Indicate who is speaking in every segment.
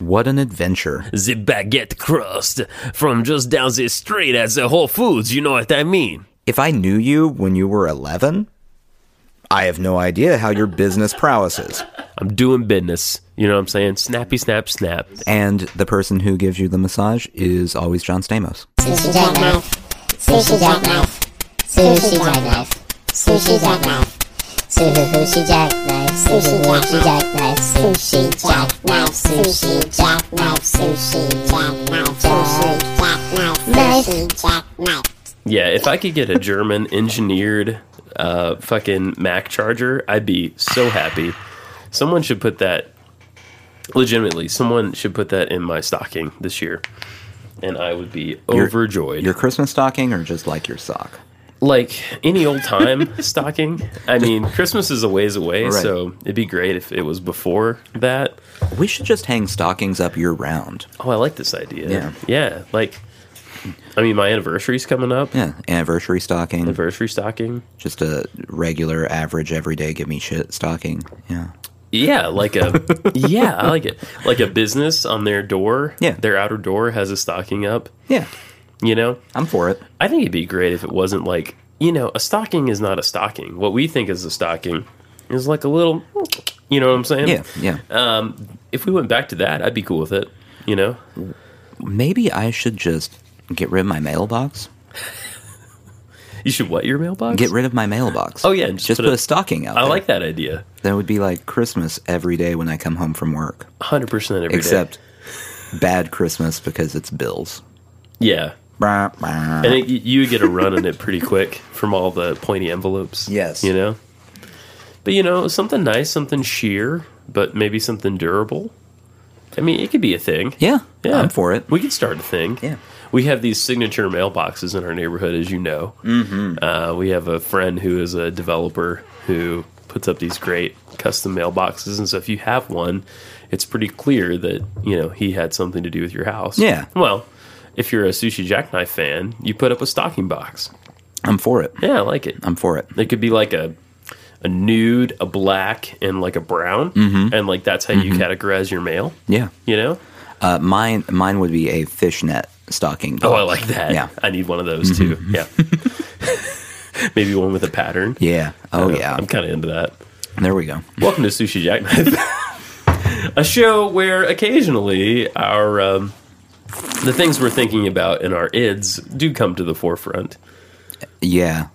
Speaker 1: What an adventure.
Speaker 2: The baguette crust from just down the street at the Whole Foods, you know what I mean?
Speaker 1: If I knew you when you were 11, I have no idea how your business prowess is.
Speaker 2: I'm doing business. You know what I'm saying? Snappy, snap, snap.
Speaker 1: And the person who gives you the massage is always John Stamos.
Speaker 3: Sushi jackknife. Sushi jackknife. Sushi jackknife. Sushi jackknife. Sushi jackknife. Sushi jackknife. Sushi jackknife. Sushi jackknife. Sushi jackknife. Sushi jackknife. Sushi jackknife.
Speaker 2: Yeah, if I could get a German engineered uh, fucking Mac charger, I'd be so happy. Someone should put that, legitimately, someone should put that in my stocking this year. And I would be overjoyed.
Speaker 1: Your Christmas stocking or just like your sock?
Speaker 2: like any old time stocking. I mean, Christmas is a ways away,
Speaker 1: Right.
Speaker 2: so it'd be great if it was before that.
Speaker 1: We should just hang stockings up year round.
Speaker 2: Oh, I like this idea.
Speaker 1: Yeah.
Speaker 2: Yeah. Like, I mean, my anniversary's coming up.
Speaker 1: Yeah, anniversary stocking,
Speaker 2: Anniversary stocking.
Speaker 1: just a regular, average, everyday give me shit stocking. Yeah.
Speaker 2: Yeah, like a yeah, I like it. Like a business on their door.
Speaker 1: Yeah.
Speaker 2: Their outer door has a stocking up.
Speaker 1: Yeah,
Speaker 2: You know?
Speaker 1: I'm for it.
Speaker 2: I think it'd be great if it wasn't like you know, a stocking is not a stocking. What we think is a stocking is like a little you know what I'm saying?
Speaker 1: Yeah, yeah.
Speaker 2: If we went back to that, I'd be cool with it. You know?
Speaker 1: Maybe I should just get rid of my mailbox.
Speaker 2: You should wet your mailbox?
Speaker 1: Get rid of my mailbox.
Speaker 2: Oh, yeah,
Speaker 1: just, put, a, stocking out.
Speaker 2: I
Speaker 1: there.
Speaker 2: like that idea.
Speaker 1: That would be like Christmas every day when I come home from work.
Speaker 2: 100% every day.
Speaker 1: Except bad Christmas because it's bills.
Speaker 2: Yeah.
Speaker 1: Brah, brah.
Speaker 2: And it, you would get a run in it pretty quick from all the pointy envelopes.
Speaker 1: Yes.
Speaker 2: You know? But, you know, something nice, something sheer, but maybe something durable. I mean, it could be a thing.
Speaker 1: yeah, I'm for it.
Speaker 2: We could start a thing.
Speaker 1: Yeah.
Speaker 2: We have these signature mailboxes in our neighborhood, as you know. Mm-hmm. Uh, we have a friend who is a developer who puts up these great custom mailboxes, and so if you have one, it's pretty clear that you know he had something to do with your house.
Speaker 1: Yeah.
Speaker 2: Well, if you're a sushi jackknife fan, you put up a stocking box.
Speaker 1: I'm for it.
Speaker 2: Yeah, I like it.
Speaker 1: I'm for it.
Speaker 2: It could be like a a nude, a black, and like a brown,
Speaker 1: Mm-hmm.
Speaker 2: and like that's how you categorize your mail.
Speaker 1: Yeah.
Speaker 2: You know.
Speaker 1: Uh, mine mine would be a fishnet stocking.
Speaker 2: Oh,
Speaker 1: box.
Speaker 2: I like that.
Speaker 1: Yeah. Mm-hmm.
Speaker 2: I need one of those too. Yeah. Maybe one with a pattern.
Speaker 1: Yeah. Oh
Speaker 2: Uh,
Speaker 1: yeah.
Speaker 2: I'm kind of into that.
Speaker 1: There we go.
Speaker 2: Welcome to Sushi Jackknife, a show where occasionally our um, the things we're thinking about in our ids do come to the forefront.
Speaker 1: Yeah.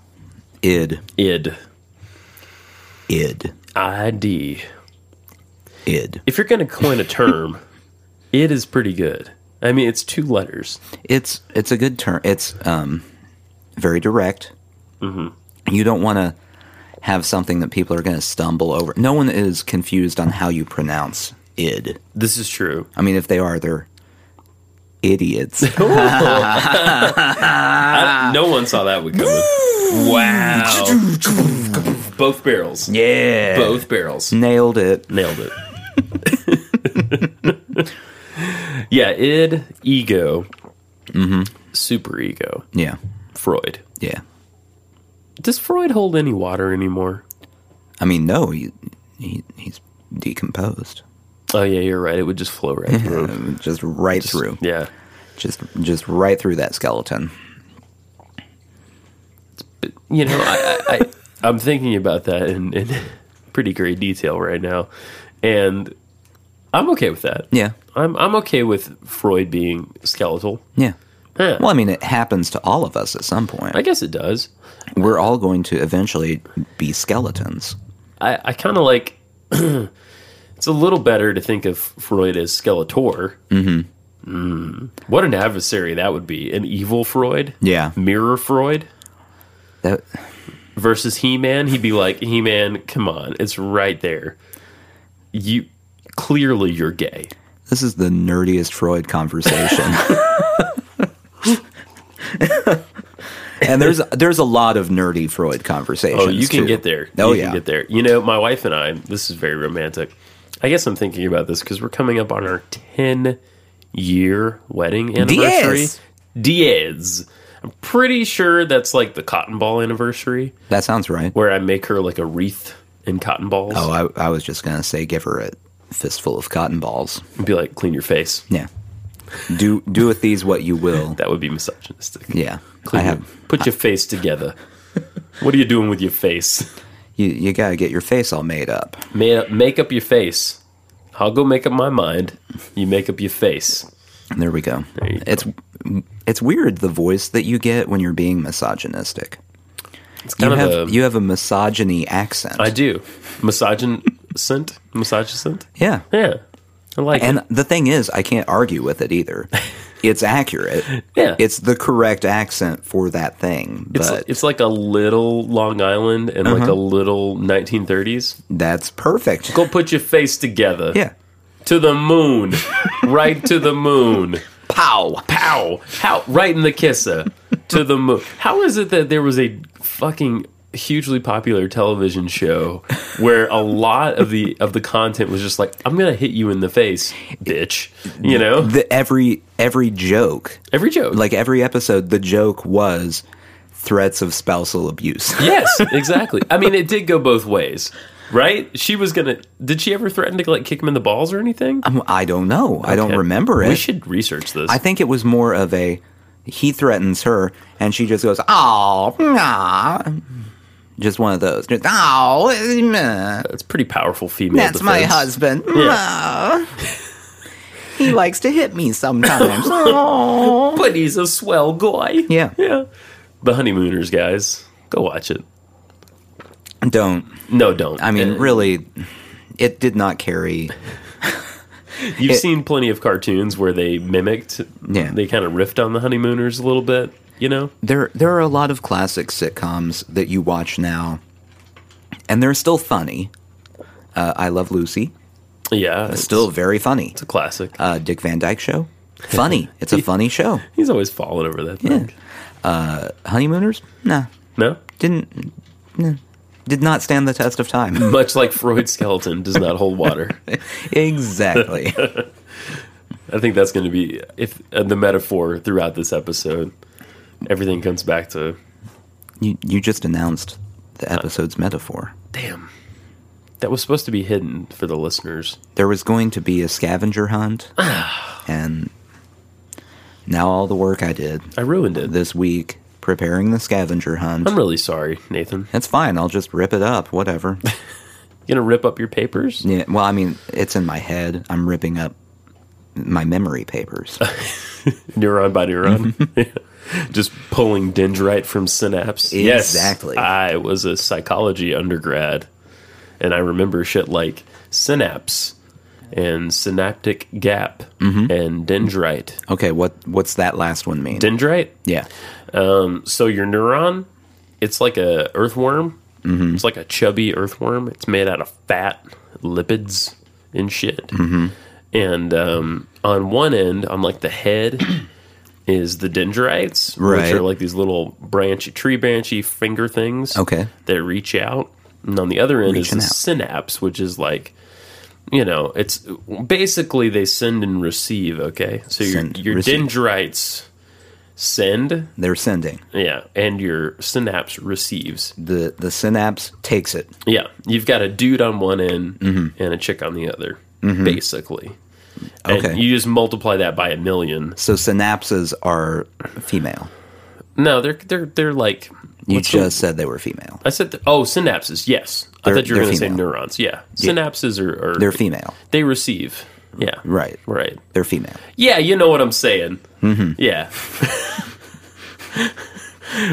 Speaker 1: Id.
Speaker 2: Id,
Speaker 1: Id.
Speaker 2: id.
Speaker 1: Id.
Speaker 2: If you're going to coin a term, id is pretty good. I mean, it's two letters.
Speaker 1: It's it's a good term. It's um very direct. Mm-hmm. You don't want to have something that people are going to stumble over. No one is confused on how you pronounce id.
Speaker 2: This is true.
Speaker 1: I mean, if they are, they're idiots.
Speaker 2: I- no one saw that one coming. wow. Both barrels.
Speaker 1: yeah.
Speaker 2: Both barrels.
Speaker 1: Nailed it.
Speaker 2: Nailed it. yeah, id, ego, super ego,
Speaker 1: Yeah.
Speaker 2: Freud.
Speaker 1: Yeah.
Speaker 2: Does Freud hold any water anymore?
Speaker 1: I mean, no, he, he he's decomposed.
Speaker 2: Oh yeah, you're right. It would just flow right through.
Speaker 1: Um, Just right through.
Speaker 2: Yeah,
Speaker 1: Just just right through that skeleton.
Speaker 2: you know, I, I, I I'm thinking about that in, in pretty great detail right now, and I'm okay with that.
Speaker 1: Yeah.
Speaker 2: I'm I'm okay with Freud being skeletal.
Speaker 1: Yeah.
Speaker 2: Huh.
Speaker 1: Well, I mean, it happens to all of us at some point.
Speaker 2: I guess it does.
Speaker 1: We're all going to eventually be skeletons.
Speaker 2: I, I kind of like. it's a little better to think of Freud as Skeletor. Mm-hmm. What an adversary that would be! An evil Freud,
Speaker 1: Yeah.
Speaker 2: mirror Freud
Speaker 1: That
Speaker 2: versus He Man. He'd be like, He Man, come on, it's right there. You clearly you're gay.
Speaker 1: this is the nerdiest Freud conversation. and there's there's a lot of nerdy Freud conversations.
Speaker 2: Oh, you can
Speaker 1: too.
Speaker 2: get there.
Speaker 1: Oh
Speaker 2: you
Speaker 1: yeah.
Speaker 2: can get there. You know, my wife and I. This is very romantic. I guess I'm thinking about this because we're coming up on our 10 year wedding anniversary.
Speaker 1: Diez.
Speaker 2: Diez. I'm pretty sure that's like the cotton ball anniversary
Speaker 1: That sounds right.
Speaker 2: where I make her like a wreath in cotton balls.
Speaker 1: Oh, I, I was just gonna say, give her a fistful of cotton balls.
Speaker 2: and be like, clean your face.
Speaker 1: Yeah. Do do with these what you will.
Speaker 2: That would be misogynistic.
Speaker 1: Yeah.
Speaker 2: Clean
Speaker 1: I
Speaker 2: your-
Speaker 1: have
Speaker 2: put your face together. what are you doing with your face?
Speaker 1: you you got to get your face all made up.
Speaker 2: Man, up- make up your face. I'll go make up my mind. You make up your face.
Speaker 1: There we go.
Speaker 2: There you go.
Speaker 1: it's it's weird the voice that you get when you're being misogynistic.
Speaker 2: It's
Speaker 1: You
Speaker 2: kind of
Speaker 1: have
Speaker 2: a.
Speaker 1: you have a misogyny accent.
Speaker 2: I do. Misogynist? Misogynist?
Speaker 1: yeah.
Speaker 2: Yeah. I like
Speaker 1: And
Speaker 2: it.
Speaker 1: the thing is, I can't argue with it either. It's accurate.
Speaker 2: Yeah.
Speaker 1: It's the correct accent for that thing, but
Speaker 2: It's, it's like a little Long Island and like
Speaker 1: Uh-huh.
Speaker 2: a little 1930s.
Speaker 1: that's perfect.
Speaker 2: Go put your face together.
Speaker 1: Yeah.
Speaker 2: To the moon. right to the moon.
Speaker 1: Pow.
Speaker 2: Pow. How? Right in the kisser. to the moon. How is it that there was a fucking hugely popular television show where a lot of the of the content was just like I'm going to hit you in the face, bitch. You know?
Speaker 1: The every every joke,
Speaker 2: Every joke.
Speaker 1: like every episode, the joke was threats of spousal abuse.
Speaker 2: Yes, exactly. I mean, it did go both ways, right? She was gonna. Did she ever threaten to like kick him in the balls or anything?
Speaker 1: Um, I don't know. I don't
Speaker 2: Okay.
Speaker 1: remember it.
Speaker 2: We should research this.
Speaker 1: I think it was more of a he threatens her and she just goes, "Oh, nah." Just one of those. Just, "Oh, eh, meh.
Speaker 2: That's pretty powerful female.
Speaker 1: that's my
Speaker 2: defense.
Speaker 1: husband."
Speaker 2: Yeah.
Speaker 1: Meh. he likes to hit me sometimes. oh.
Speaker 2: but he's a swell guy.
Speaker 1: Yeah.
Speaker 2: yeah. The honeymooners, guys, go watch it.
Speaker 1: Don't.
Speaker 2: No, don't.
Speaker 1: I mean,
Speaker 2: Uh,
Speaker 1: really it did not carry.
Speaker 2: you've
Speaker 1: it-
Speaker 2: seen plenty of cartoons where they mimicked.
Speaker 1: Yeah.
Speaker 2: they kind of riffed on the honeymooners a little bit. You know,
Speaker 1: There there are a lot of classic sitcoms that you watch now and they're still funny. Uh, I love Lucy.
Speaker 2: yeah, it's
Speaker 1: Still very funny.
Speaker 2: a classic.
Speaker 1: uh, Dick Van Dyke Show. Funny. It's a funny show.
Speaker 2: he's always falling over that thing.
Speaker 1: Honeymooners? Nah.
Speaker 2: No,
Speaker 1: Didn't. Nah, did not stand the test of time.
Speaker 2: much like Freud's skeleton does not hold water.
Speaker 1: exactly.
Speaker 2: I think that's going to be if uh, the metaphor throughout this episode. Everything comes back to
Speaker 1: you, you just announced the episode's metaphor.
Speaker 2: damn. That was supposed to be hidden for the listeners.
Speaker 1: There was going to be a scavenger hunt, and now all the work I did
Speaker 2: I ruined it.
Speaker 1: this week preparing the scavenger hunt.
Speaker 2: I'm really sorry, Nathan.
Speaker 1: That's fine. I'll just rip it up. Whatever.
Speaker 2: You gonna rip up your papers?
Speaker 1: Yeah, well, I mean, it's in my head. I'm ripping up my memory papers.
Speaker 2: Neuron by neuron. Just pulling dendrite from synapse. Yes,
Speaker 1: Exactly.
Speaker 2: I was a psychology undergrad, and I remember shit like synapse and synaptic gap and dendrite.
Speaker 1: Okay, what what's that last one mean?
Speaker 2: Dendrite?
Speaker 1: Yeah.
Speaker 2: so your neuron, it's like a earthworm.
Speaker 1: Mm-hmm.
Speaker 2: It's like a chubby earthworm. It's made out of fat, lipids, and shit.
Speaker 1: Mm-hmm.
Speaker 2: And um, on one end, on like the head, is the dendrites, which
Speaker 1: Right.
Speaker 2: are like these little branchy, tree branchy finger things.
Speaker 1: Okay.
Speaker 2: that reach out, and on the other end
Speaker 1: Reaching
Speaker 2: is the
Speaker 1: out.
Speaker 2: synapse, which is like. You know, it's basically they send and receive. Okay, so your
Speaker 1: Send,
Speaker 2: your
Speaker 1: receive.
Speaker 2: dendrites send
Speaker 1: They're sending.
Speaker 2: yeah, and your synapse receives.
Speaker 1: The the synapse takes it.
Speaker 2: Yeah, you've got a dude on one end
Speaker 1: Mm-hmm.
Speaker 2: and a chick on the other, basically. And
Speaker 1: Okay.
Speaker 2: you just multiply that by a million.
Speaker 1: So synapses are female.
Speaker 2: No, they're they're they're like
Speaker 1: You Uh,
Speaker 2: what's the-
Speaker 1: just said they were female.
Speaker 2: I said th- oh synapses. Yes, I
Speaker 1: They're-
Speaker 2: thought you were
Speaker 1: they're
Speaker 2: going to say
Speaker 1: female.
Speaker 2: neurons. Yeah, synapses are, are
Speaker 1: They're female.
Speaker 2: They receive. Yeah.
Speaker 1: Right.
Speaker 2: Right.
Speaker 1: They're female.
Speaker 2: Yeah, you know what I'm saying.
Speaker 1: Mm-hmm.
Speaker 2: Yeah.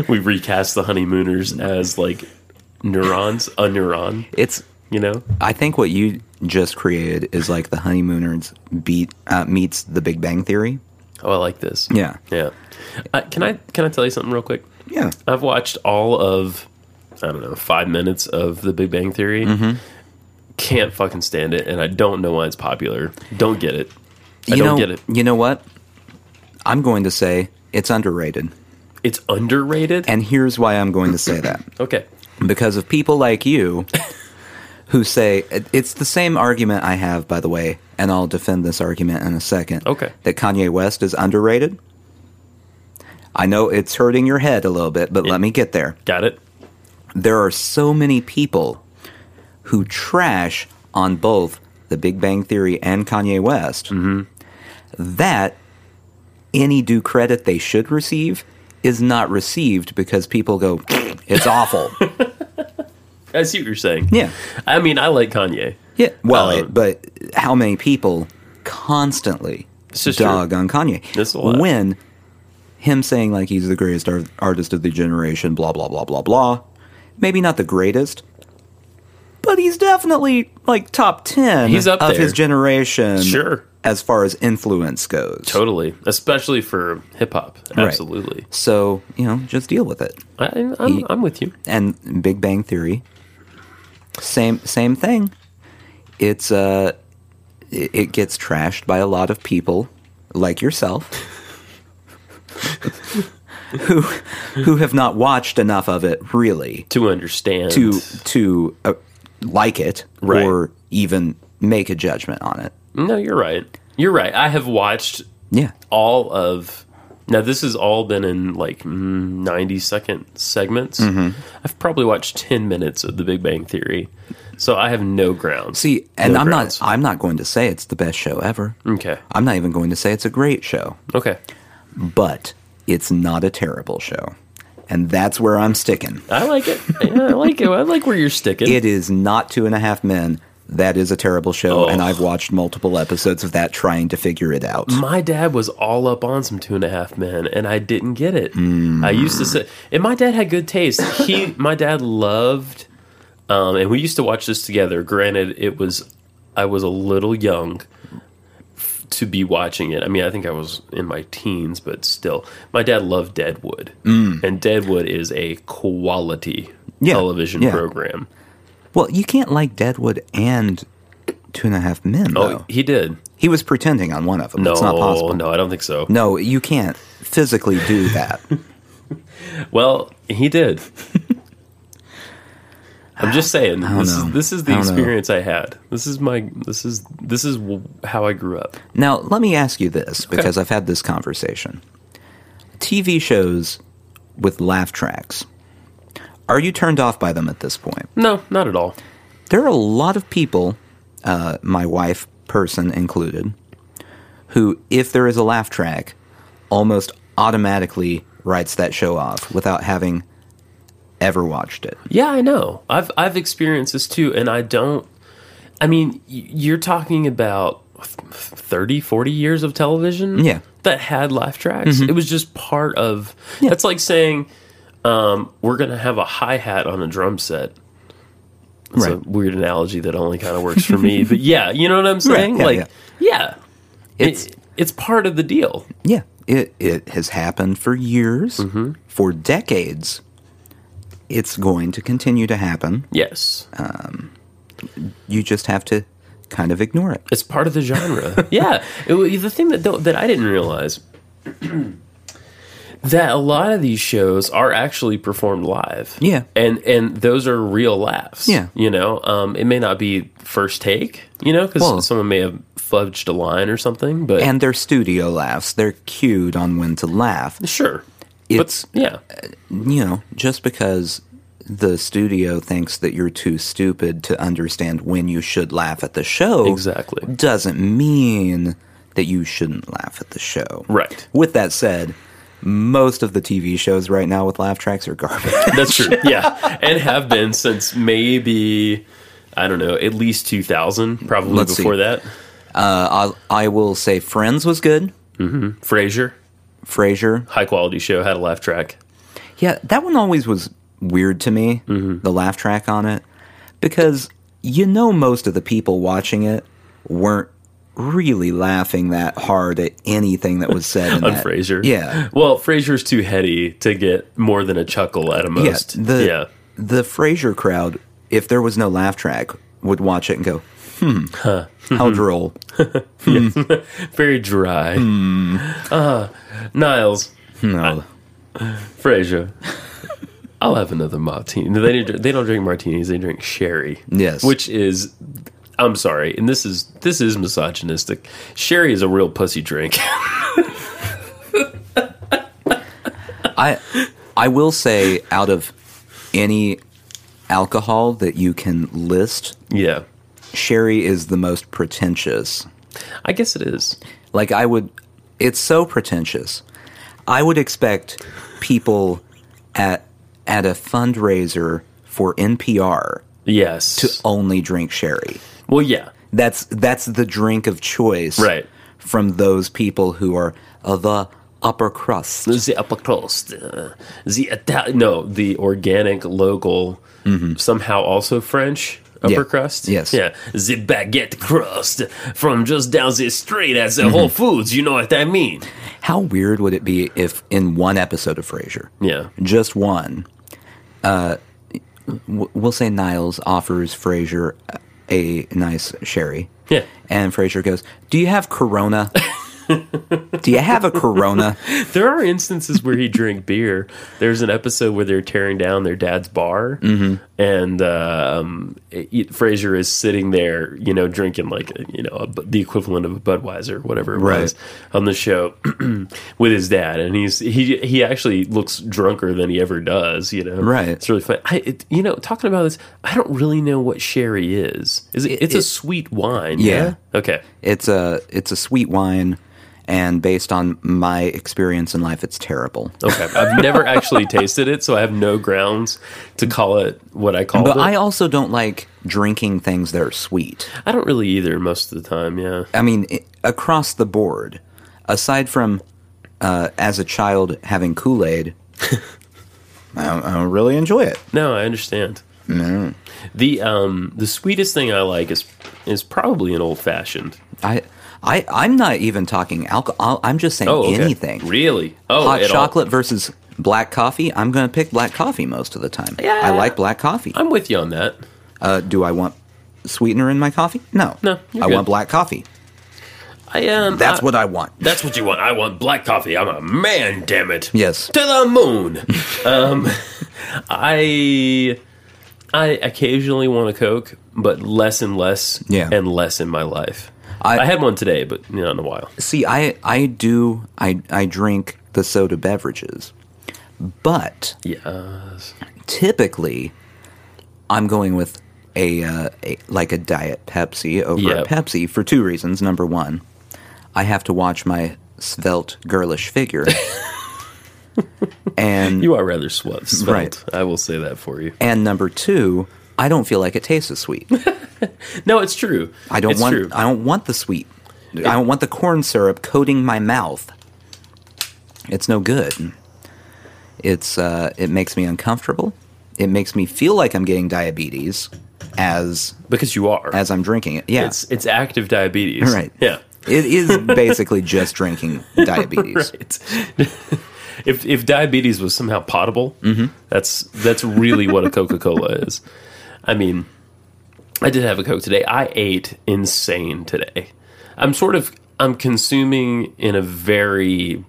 Speaker 2: we recast the honeymooners as like neurons, a neuron.
Speaker 1: It's
Speaker 2: You know.
Speaker 1: I think what you just created is like the honeymooners beat uh, meets the Big Bang Theory.
Speaker 2: Oh, I like this.
Speaker 1: Yeah.
Speaker 2: yeah. Uh, can I can I tell you something real quick?
Speaker 1: Yeah.
Speaker 2: I've watched all of I don't know five minutes of The Big Bang Theory.
Speaker 1: Mm-hmm.
Speaker 2: Can't fucking stand it, and I don't know why it's popular. Don't get it. I
Speaker 1: you
Speaker 2: don't
Speaker 1: know,
Speaker 2: get it.
Speaker 1: You know what? I'm going to say it's underrated.
Speaker 2: It's underrated.
Speaker 1: And here's why I'm going to say that.
Speaker 2: okay,
Speaker 1: because of people like you who say it- it's the same argument I have, by the way, and I'll defend this argument in a second.
Speaker 2: Okay.
Speaker 1: That Kanye West is underrated. I know it's hurting your head a little bit, but let me get there.
Speaker 2: got it.
Speaker 1: There are so many people who trash on both The Big Bang Theory, and Kanye West, that any due credit they should receive is not received because people go, it's awful.
Speaker 2: I see what you're saying.
Speaker 1: yeah.
Speaker 2: I mean, I like Kanye.
Speaker 1: Yeah. Well,
Speaker 2: Um,
Speaker 1: it, but how many people constantly
Speaker 2: It's just
Speaker 1: dog on Kanye?
Speaker 2: That's a lot.
Speaker 1: When him saying like he's the greatest ar- artist of the generation, blah blah blah blah blah. Maybe not the greatest, but he's definitely like top ten.
Speaker 2: He's up
Speaker 1: of
Speaker 2: there.
Speaker 1: his generation,
Speaker 2: Sure.
Speaker 1: as far as influence goes.
Speaker 2: Totally, especially for hip hop.
Speaker 1: Right.
Speaker 2: Absolutely,
Speaker 1: So you know, just deal with it.
Speaker 2: I, I'm,
Speaker 1: He-
Speaker 2: I'm with you.
Speaker 1: and Big Bang Theory. Same same thing. It's uh, it, it gets trashed by a lot of people like yourself, who who have not watched enough of it really
Speaker 2: To understand,
Speaker 1: to to uh, like it
Speaker 2: Right.
Speaker 1: or even make a judgment on it.
Speaker 2: no, you're right. You're right. I have watched
Speaker 1: Yeah,
Speaker 2: all of. Now this has all been in like mm, 90 second segments.
Speaker 1: Mm-hmm.
Speaker 2: I've probably watched 10 minutes of The Big Bang Theory, so I have no grounds.
Speaker 1: see, and
Speaker 2: No
Speaker 1: I'm
Speaker 2: grounds.
Speaker 1: not I'm not going to say it's the best show ever.
Speaker 2: Okay.
Speaker 1: I'm not even going to say it's a great show.
Speaker 2: Okay.
Speaker 1: but it's not a terrible show. And that's where I'm sticking.
Speaker 2: I like it. Yeah, I like it. I like where you're sticking.
Speaker 1: It is not Two and a Half Men. That is a terrible show,
Speaker 2: Oh.
Speaker 1: and I've watched multiple episodes of that trying to figure it out.
Speaker 2: my dad was all up on some two and a half men and i didn't get it i used
Speaker 1: Mm.
Speaker 2: to say and my dad had good taste he my dad loved um, and we used to watch this together granted it was i was a little young f- to be watching it i mean i think i was in my teens but still my dad loved deadwood and deadwood is a quality
Speaker 1: Mm. Yeah,
Speaker 2: television
Speaker 1: yeah.
Speaker 2: program
Speaker 1: Well, you can't like Deadwood and Two and a Half Men,
Speaker 2: oh
Speaker 1: though.
Speaker 2: he did
Speaker 1: He was pretending on one of them.
Speaker 2: no
Speaker 1: it's not possible.
Speaker 2: no i don't think so
Speaker 1: No, you can't physically do that.
Speaker 2: Well, he did. I'm just saying this
Speaker 1: know.
Speaker 2: is this is
Speaker 1: I
Speaker 2: the
Speaker 1: don't know.
Speaker 2: experience I had. This is my this is this is w- how I grew up.
Speaker 1: Now, let me ask you this because I've had this conversation. TV shows with laugh tracks. Are you turned off by them at this point?
Speaker 2: No, not at all.
Speaker 1: there are a lot of people, uh, my wife, person included, who, if there is a laugh track, almost automatically writes that show off without having ever watched it.
Speaker 2: Yeah, I know. I've I've experienced this too and I don't I mean, y- you're talking about 30, 40 years of television
Speaker 1: Yeah. Mm-hmm.
Speaker 2: that had laugh tracks. It was just part of That's like saying um, we're going to have a hi-hat on a drum set. It's a
Speaker 1: Right.
Speaker 2: weird analogy that only kind of works for me, but yeah, you know what I'm saying?
Speaker 1: yeah,
Speaker 2: like, yeah,
Speaker 1: It's-
Speaker 2: it's it's part of the deal.
Speaker 1: Yeah, it it has happened for years, for decades. It's going to continue to happen.
Speaker 2: Yes,
Speaker 1: You just have to kind of ignore it.
Speaker 2: it's part of the genre. yeah, It wa- the thing that don't- that I didn't realize that a lot of these shows are actually performed live.
Speaker 1: Yeah.
Speaker 2: and and those are real laughs.
Speaker 1: Yeah.
Speaker 2: you know, um, it may not be first take. You know, because
Speaker 1: Well-
Speaker 2: someone may have fudged a line or something, but
Speaker 1: And their studio laughs, they're cued on when to laugh.
Speaker 2: sure,
Speaker 1: It's
Speaker 2: but yeah,
Speaker 1: you know, just because the studio thinks that you're too stupid to understand when you should laugh at the show
Speaker 2: Exactly.
Speaker 1: doesn't mean that you shouldn't laugh at the show.
Speaker 2: Right.
Speaker 1: With that said, most of the TV shows right now with laugh tracks are garbage.
Speaker 2: That's true. Yeah, and have been since maybe I don't know, at least two thousand, probably
Speaker 1: Let's see.
Speaker 2: before that.
Speaker 1: uh, I, I will say Friends was good.
Speaker 2: Frasier,
Speaker 1: Frasier.
Speaker 2: high quality show, had a laugh track.
Speaker 1: Yeah, that one always was weird to me,
Speaker 2: Mm-hmm.
Speaker 1: the laugh track on it, because you know most of the people watching it weren't really laughing that hard at anything that was said in
Speaker 2: On
Speaker 1: that.
Speaker 2: Frasier,
Speaker 1: Yeah.
Speaker 2: Well, Frasier's too heady to get more than a chuckle at a most.
Speaker 1: Yeah, the
Speaker 2: yeah.
Speaker 1: the Frasier crowd, if there was no laugh track, would watch it and go, "Hmm, how droll."
Speaker 2: very dry.
Speaker 1: Hmm.
Speaker 2: Uh, Niles,
Speaker 1: No,
Speaker 2: Frasier. I'll have another martini. No, They didn't, drink- they don't drink martinis. They drink sherry.
Speaker 1: Yes.
Speaker 2: which is. I'm sorry, and this is this is misogynistic. Sherry is a real pussy drink.
Speaker 1: I I will say out of any alcohol that you can list
Speaker 2: yeah.
Speaker 1: sherry is the most pretentious.
Speaker 2: I guess it is.
Speaker 1: Like I would, it's so pretentious. I would expect people at at a fundraiser for NPR
Speaker 2: Yes.
Speaker 1: to only drink sherry.
Speaker 2: well, yeah.
Speaker 1: That's that's the drink of choice,
Speaker 2: Right.
Speaker 1: From those people who are of the upper crust.
Speaker 2: The upper crust, uh, the Ita- no, the organic local, somehow also French upper
Speaker 1: Mm-hmm. Yeah.
Speaker 2: crust.
Speaker 1: Yes.
Speaker 2: yeah, the baguette crust from just down the street at the Whole
Speaker 1: Mm-hmm.
Speaker 2: Foods. You know what I mean?
Speaker 1: How weird would it be if in one episode of Frasier,
Speaker 2: Yeah,
Speaker 1: just one, uh, w- we'll say Niles offers Frasier a nice sherry.
Speaker 2: yeah.
Speaker 1: And Frasier goes, "Do you have Corona? Do you have a Corona?"
Speaker 2: There are instances where he drank beer. There's an episode where they're tearing down their dad's bar,
Speaker 1: Mm-hmm.
Speaker 2: and um, it, Fraser is sitting there, you know, drinking like you know a, bu- the equivalent of a Budweiser, whatever it
Speaker 1: Right.
Speaker 2: was, on the show with his dad, and he's he he actually looks drunker than he ever does, you know.
Speaker 1: Right.
Speaker 2: It's really fun. I it, you know talking about this, I don't really know what sherry is. Is it? it's a
Speaker 1: it-
Speaker 2: sweet wine.
Speaker 1: Yeah.
Speaker 2: Okay.
Speaker 1: It's a it's a sweet wine, and based on my experience in life, it's terrible.
Speaker 2: Okay, I've never actually tasted it, so I have no grounds to call it what I call
Speaker 1: But
Speaker 2: it.
Speaker 1: I also don't like drinking things that are sweet.
Speaker 2: I don't really either most of the time. Yeah,
Speaker 1: I mean, i- across the board, aside from uh, as a child having Kool Aid, I, don't- I don't really enjoy it.
Speaker 2: no, I understand. No, the um the sweetest thing I like is is probably an old fashioned.
Speaker 1: I I I'm not even talking alcohol. I'm just saying
Speaker 2: Oh, okay.
Speaker 1: anything.
Speaker 2: really? Oh,
Speaker 1: Hot
Speaker 2: at all.
Speaker 1: chocolate versus black coffee. I'm going to pick black coffee most of the time.
Speaker 2: Yeah.
Speaker 1: I like black coffee.
Speaker 2: I'm with you on that.
Speaker 1: Uh, do I want sweetener in my coffee? No.
Speaker 2: No, you're
Speaker 1: I
Speaker 2: good.
Speaker 1: want black coffee.
Speaker 2: I um
Speaker 1: That's
Speaker 2: I-
Speaker 1: what I want.
Speaker 2: That's what you want. I want black coffee. I'm a man, damn it.
Speaker 1: Yes.
Speaker 2: To the moon. um, I I occasionally want a Coke, but less and less
Speaker 1: Yeah.
Speaker 2: and less in my life. I,
Speaker 1: I-
Speaker 2: had one today, but you know, in a while.
Speaker 1: See, I I do I I drink the soda beverages, but
Speaker 2: Yes.
Speaker 1: typically I'm going with a, uh, a like a diet Pepsi over
Speaker 2: Yep.
Speaker 1: a Pepsi for two reasons. Number one, I have to watch my svelte girlish figure, and
Speaker 2: You are rather sweat,
Speaker 1: Right.
Speaker 2: svelte. I will say that for you.
Speaker 1: and number two, I don't feel like it tastes as sweet.
Speaker 2: No, it's true.
Speaker 1: I don't
Speaker 2: It's
Speaker 1: want
Speaker 2: true.
Speaker 1: I don't want the sweet. I don't want the corn syrup coating my mouth. It's no good. It's uh, it makes me uncomfortable. It makes me feel like I'm getting diabetes as
Speaker 2: because you are.
Speaker 1: as I'm drinking it. Yeah.
Speaker 2: it's it's active diabetes.
Speaker 1: right.
Speaker 2: Yeah.
Speaker 1: It is basically just drinking diabetes.
Speaker 2: Right. if if diabetes was somehow potable,
Speaker 1: Mm-hmm.
Speaker 2: that's that's really what a Coca Cola is. I mean, I did have a Coke today. I ate insane today. I'm sort of I'm consuming in a very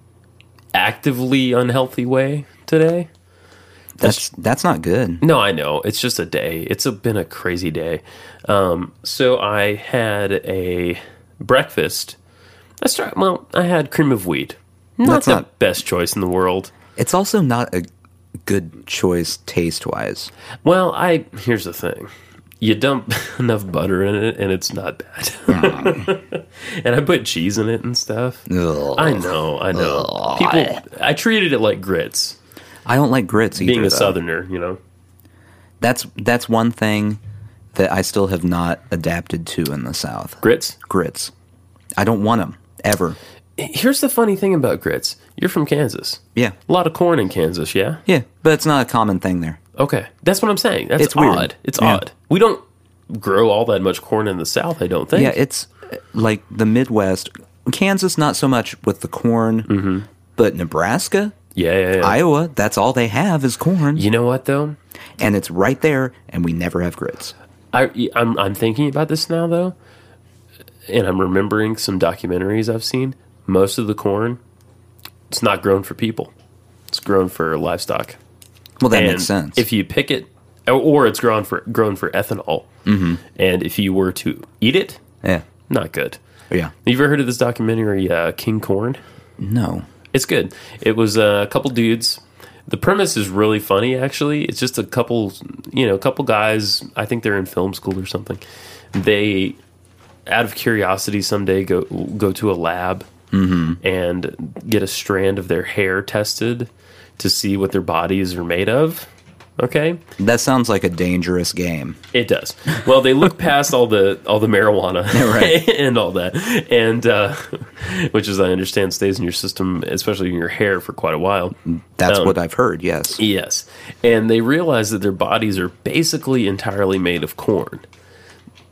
Speaker 2: actively unhealthy way today.
Speaker 1: That's that's not good.
Speaker 2: No, I know. It's just a day. It's a, been a crazy day. Um, so I had a breakfast. I start well. I had cream of wheat. Not
Speaker 1: That's
Speaker 2: the
Speaker 1: not-
Speaker 2: best choice in the world.
Speaker 1: It's also not a good choice taste wise.
Speaker 2: Well, I here's the thing. You dump enough butter in it, and it's not bad. and I put cheese in it and stuff. I know, I know. People, I treated it like grits.
Speaker 1: I don't like grits either.
Speaker 2: Being a
Speaker 1: though.
Speaker 2: southerner, you know.
Speaker 1: That's that's one thing that I still have not adapted to in the South.
Speaker 2: Grits.
Speaker 1: Grits. I don't want them ever.
Speaker 2: Here's the funny thing about grits. You're from Kansas.
Speaker 1: Yeah,
Speaker 2: A lot of corn in Kansas, yeah?
Speaker 1: yeah, but it's not a common thing there.
Speaker 2: Okay. That's what I'm saying. That's
Speaker 1: It's weird.
Speaker 2: odd. It's
Speaker 1: Yeah.
Speaker 2: odd. We don't grow all that much corn in the South, I don't think.
Speaker 1: Yeah, it's uh, like the Midwest, Kansas, not so much with the corn, but Nebraska,
Speaker 2: yeah, Mm-hmm. yeah, yeah.
Speaker 1: Iowa, that's all they have is corn,
Speaker 2: you know what, though?
Speaker 1: and it's right there, and we never have grits.
Speaker 2: I, I'm, I'm thinking about this now, though, and I'm remembering some documentaries I've seen. Most of the corn, it's not grown for people, it's grown for livestock.
Speaker 1: Well, that
Speaker 2: and
Speaker 1: makes sense.
Speaker 2: If you pick it, or- or it's grown for grown for ethanol, mm-hmm. and if you were to eat it,
Speaker 1: yeah,
Speaker 2: not good.
Speaker 1: yeah,
Speaker 2: You ever heard of this documentary, uh, King Corn?
Speaker 1: no,
Speaker 2: It's good. It was uh, a couple dudes. The premise is really funny, actually. It's just a couple, you know, a couple guys. I think they're in film school or something. they out of curiosity someday go go to a lab and get a strand of their hair tested to see what their bodies are made of. Okay,
Speaker 1: That sounds like a dangerous game.
Speaker 2: it does. Well, they look past all the all the marijuana
Speaker 1: Right.
Speaker 2: and all that, and uh, which, as I understand, stays in your system, especially in your hair, for quite a while.
Speaker 1: That's
Speaker 2: Um,
Speaker 1: what I've heard. Yes.
Speaker 2: Yes. And they realize that their bodies are basically entirely made of corn.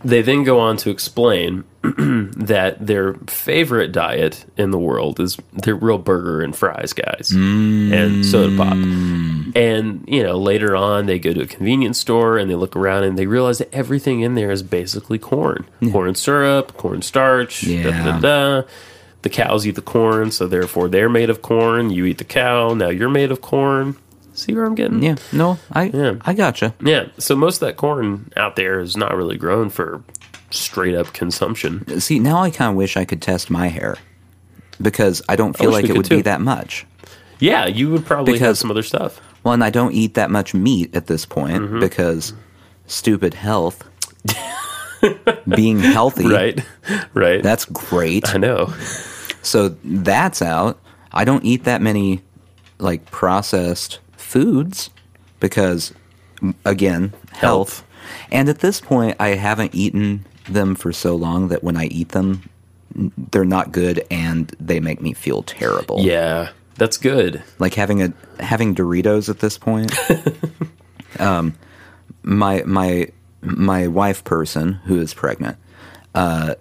Speaker 2: They then go on to explain that their favorite diet in the world is their real burger and fries, guys, and soda pop. And, you know, later on, they go to a convenience store and they look around and they realize that everything in there is basically corn corn syrup, corn starch, da, da, da,
Speaker 1: Yeah.
Speaker 2: da. The cows eat the corn, so therefore they're made of corn. You eat the cow, now you're made of corn. See where I'm getting?
Speaker 1: Yeah. No. I.
Speaker 2: Yeah.
Speaker 1: I gotcha.
Speaker 2: Yeah. So most of that corn out there is not really grown for straight up consumption.
Speaker 1: See, now I kind of wish I could test my hair because I don't feel
Speaker 2: wish
Speaker 1: like
Speaker 2: we
Speaker 1: it
Speaker 2: could
Speaker 1: would
Speaker 2: too.
Speaker 1: be that much.
Speaker 2: Yeah, you would probably have
Speaker 1: Because-
Speaker 2: some other stuff.
Speaker 1: Well, and I don't eat that much meat at this point
Speaker 2: Mm-hmm.
Speaker 1: because stupid health. Being healthy,
Speaker 2: Right. Right.
Speaker 1: that's great.
Speaker 2: I know.
Speaker 1: So that's out. I don't eat that many like processed foods because m- again, health.
Speaker 2: Health.
Speaker 1: And at this point I haven't eaten them for so long that when I eat them n- they're not good and they make me feel terrible.
Speaker 2: Yeah. That's good.
Speaker 1: Like having a having Doritos at this point. um my my my wife person who is pregnant uh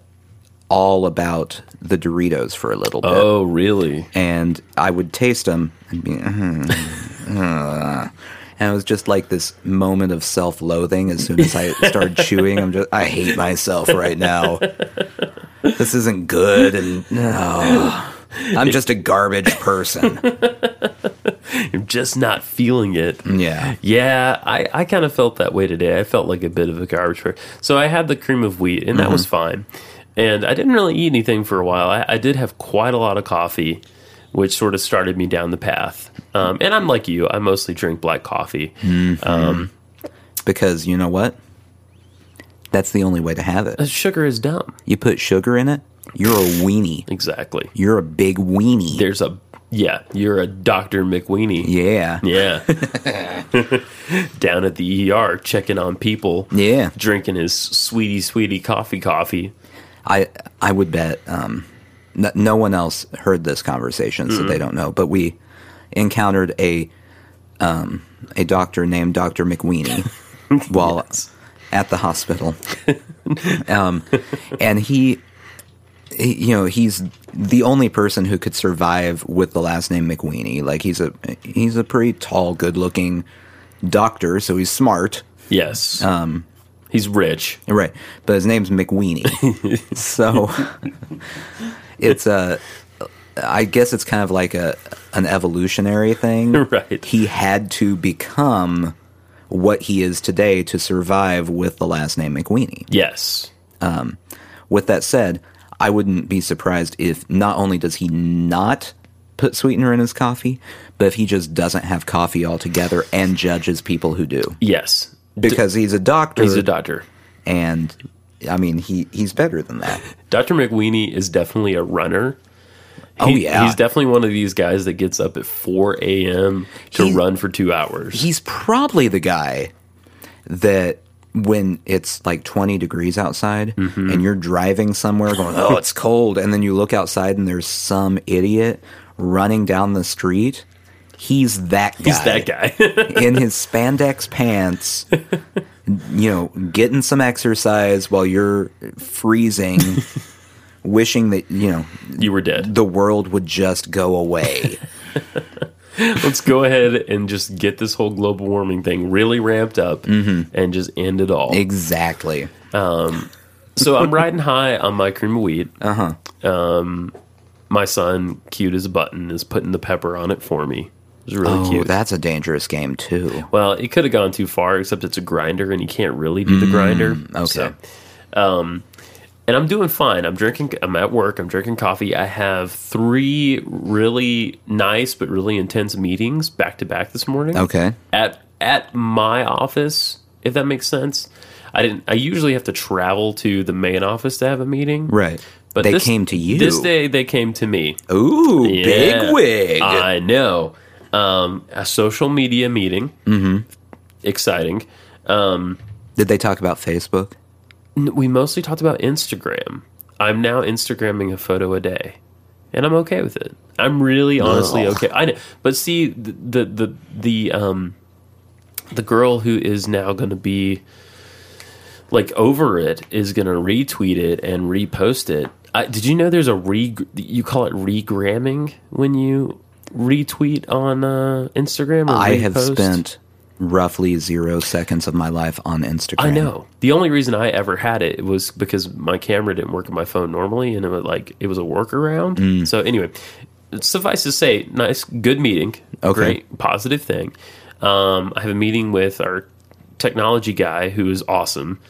Speaker 1: all about the Doritos for a little bit
Speaker 2: Oh, really?
Speaker 1: and I would taste them and be, "Mm, uh." and it was just like this moment of self-loathing as soon as I started chewing. I'm just, I hate myself right now. This isn't good, and no, I'm just a garbage person.
Speaker 2: You're just not feeling it.
Speaker 1: Yeah,
Speaker 2: Yeah, I, I kind of felt that way today. I felt like a bit of a garbage person. So I had the cream of wheat, and that was
Speaker 1: Mm-hmm.
Speaker 2: fine. And I didn't really eat anything for a while. I, I did have quite a lot of coffee, which sort of started me down the path. Um, and I'm like you, I mostly drink black coffee.
Speaker 1: Mm-hmm. because you know what? That's the only way to have it.
Speaker 2: Sugar is dumb.
Speaker 1: You put sugar in it, you're a weenie.
Speaker 2: Exactly.
Speaker 1: You're a big weenie.
Speaker 2: There's a, yeah, you're a Dr. McWeenie.
Speaker 1: yeah,
Speaker 2: Yeah. down at the ER, checking on people.
Speaker 1: yeah.
Speaker 2: Drinking his sweetie, sweetie coffee, coffee.
Speaker 1: I I would bet um, no, no one else heard this conversation, so they don't know. But we encountered a um, a doctor named Doctor McWeeny while at the hospital, um, and he, he, you know, he's the only person who could survive with the last name McWeeny. Like he's a he's a pretty tall, good looking doctor, so he's smart.
Speaker 2: Yes. Um, He's rich.
Speaker 1: Right, but his name's McWeenie. so it's a. I guess it's kind of like a an evolutionary thing.
Speaker 2: Right.
Speaker 1: He had to become what he is today to survive with the last name McWeenie.
Speaker 2: Yes.
Speaker 1: With that said, I wouldn't be surprised if not only does he not put sweetener in his coffee, but if he just doesn't have coffee altogether and judges people who do.
Speaker 2: Yes.
Speaker 1: Because he's a doctor
Speaker 2: He's a doctor.
Speaker 1: and I mean he he's better than that.
Speaker 2: Dr. McWeenie is definitely a runner.
Speaker 1: Oh,
Speaker 2: He-
Speaker 1: yeah.
Speaker 2: He's definitely one of these guys that gets up at 4 a.m. to
Speaker 1: He-
Speaker 2: run for two hours.
Speaker 1: he's probably the guy that when it's like 20 degrees outside
Speaker 2: Mm-hmm.
Speaker 1: and you're driving somewhere going, oh, it's cold. And then you look outside and there's some idiot running down the street. He's that guy.
Speaker 2: He's that guy.
Speaker 1: in his spandex pants, you know, getting some exercise while you're freezing, wishing that, you know,
Speaker 2: you were dead.
Speaker 1: the world would just go away.
Speaker 2: Let's go ahead and just get this whole global warming thing really ramped up
Speaker 1: Mm-hmm.
Speaker 2: and just end it all.
Speaker 1: exactly.
Speaker 2: so I'm riding high on my cream of wheat. Uh
Speaker 1: Uh-huh.
Speaker 2: huh. Um, my son, cute as a button, is putting the pepper on it for me. It's really
Speaker 1: Oh,
Speaker 2: cute.
Speaker 1: that's a dangerous game, too.
Speaker 2: Well, it could have gone too far, except it's a grinder, and you can't really do the grinder.
Speaker 1: Mm, okay.
Speaker 2: um, and I'm doing fine. I'm drinking. I'm at work. I'm drinking coffee. I have three really nice but really intense meetings back to back this morning.
Speaker 1: Okay.
Speaker 2: At at my office, if that makes sense. I didn't. I usually have to travel to the main office to have a meeting.
Speaker 1: Right. But they
Speaker 2: this-
Speaker 1: came to you.
Speaker 2: This day they came to me.
Speaker 1: Ooh,
Speaker 2: Yeah,
Speaker 1: big wig.
Speaker 2: I know. Um, a social media meeting. Mm-hmm. Exciting.
Speaker 1: Did they talk about Facebook?
Speaker 2: N- We mostly talked about Instagram. I'm now Instagramming a photo a day, and I'm okay with it. I'm really honestly
Speaker 1: Ugh.
Speaker 2: okay. I know, but see the the the, the um the girl who is now going to be like over it is going to retweet it and repost it. I, did you know there's a re you call it regramming when you retweet on uh, Instagram or
Speaker 1: I have
Speaker 2: repost?
Speaker 1: spent roughly zero seconds of my life on Instagram.
Speaker 2: I know. The only reason I ever had it was because my camera didn't work on my phone normally, and it was like it was a workaround. So anyway, suffice to say, nice, good meeting.
Speaker 1: Okay.
Speaker 2: Great, positive thing. Um, I have a meeting with our technology guy who is awesome,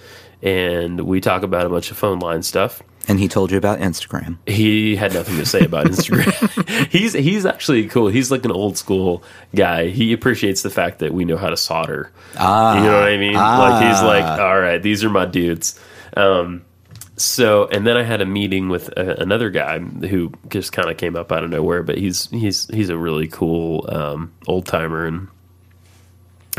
Speaker 2: and we talk about a bunch of phone line stuff.
Speaker 1: And he told you about Instagram.
Speaker 2: He had nothing to say about Instagram. he's he's actually cool. He's like an old school guy. He appreciates the fact that we know how to solder.
Speaker 1: Ah,
Speaker 2: You know what I mean? like he's like,
Speaker 1: ah.
Speaker 2: all right, these are my dudes. Um, so, and then I had a meeting with a, another guy who just kind of came up out of nowhere, but he's he's he's a really cool um, old timer, and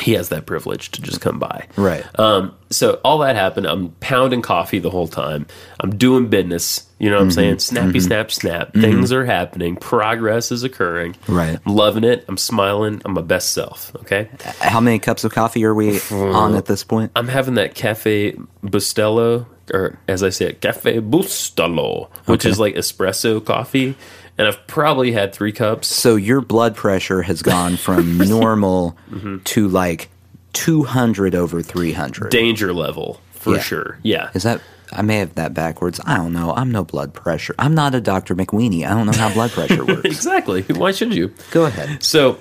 Speaker 2: he has that privilege to just come by.
Speaker 1: Right.
Speaker 2: Um, so all that happened. I'm pounding coffee the whole time. I'm doing business. You know
Speaker 1: Mm-hmm.
Speaker 2: what I'm saying? Snappy, snap, snap. Things are happening. Progress is occurring.
Speaker 1: Right.
Speaker 2: I'm loving it. I'm smiling. I'm my best self. Okay.
Speaker 1: How many cups of coffee are we on at this point?
Speaker 2: I'm having that Cafe Bustelo, or as I say it, Cafe Bustelo, which is like espresso coffee. And I've probably had three cups.
Speaker 1: So your blood pressure has gone from
Speaker 2: Mm-hmm.
Speaker 1: normal to like 200 over 300.
Speaker 2: Danger level, for
Speaker 1: Yeah.
Speaker 2: sure. Yeah.
Speaker 1: Is that I may have that backwards. I don't know. I'm no blood pressure. I'm not a Dr. McWeeny. I don't know how blood pressure works.
Speaker 2: Exactly. Why should you?
Speaker 1: Go ahead.
Speaker 2: So,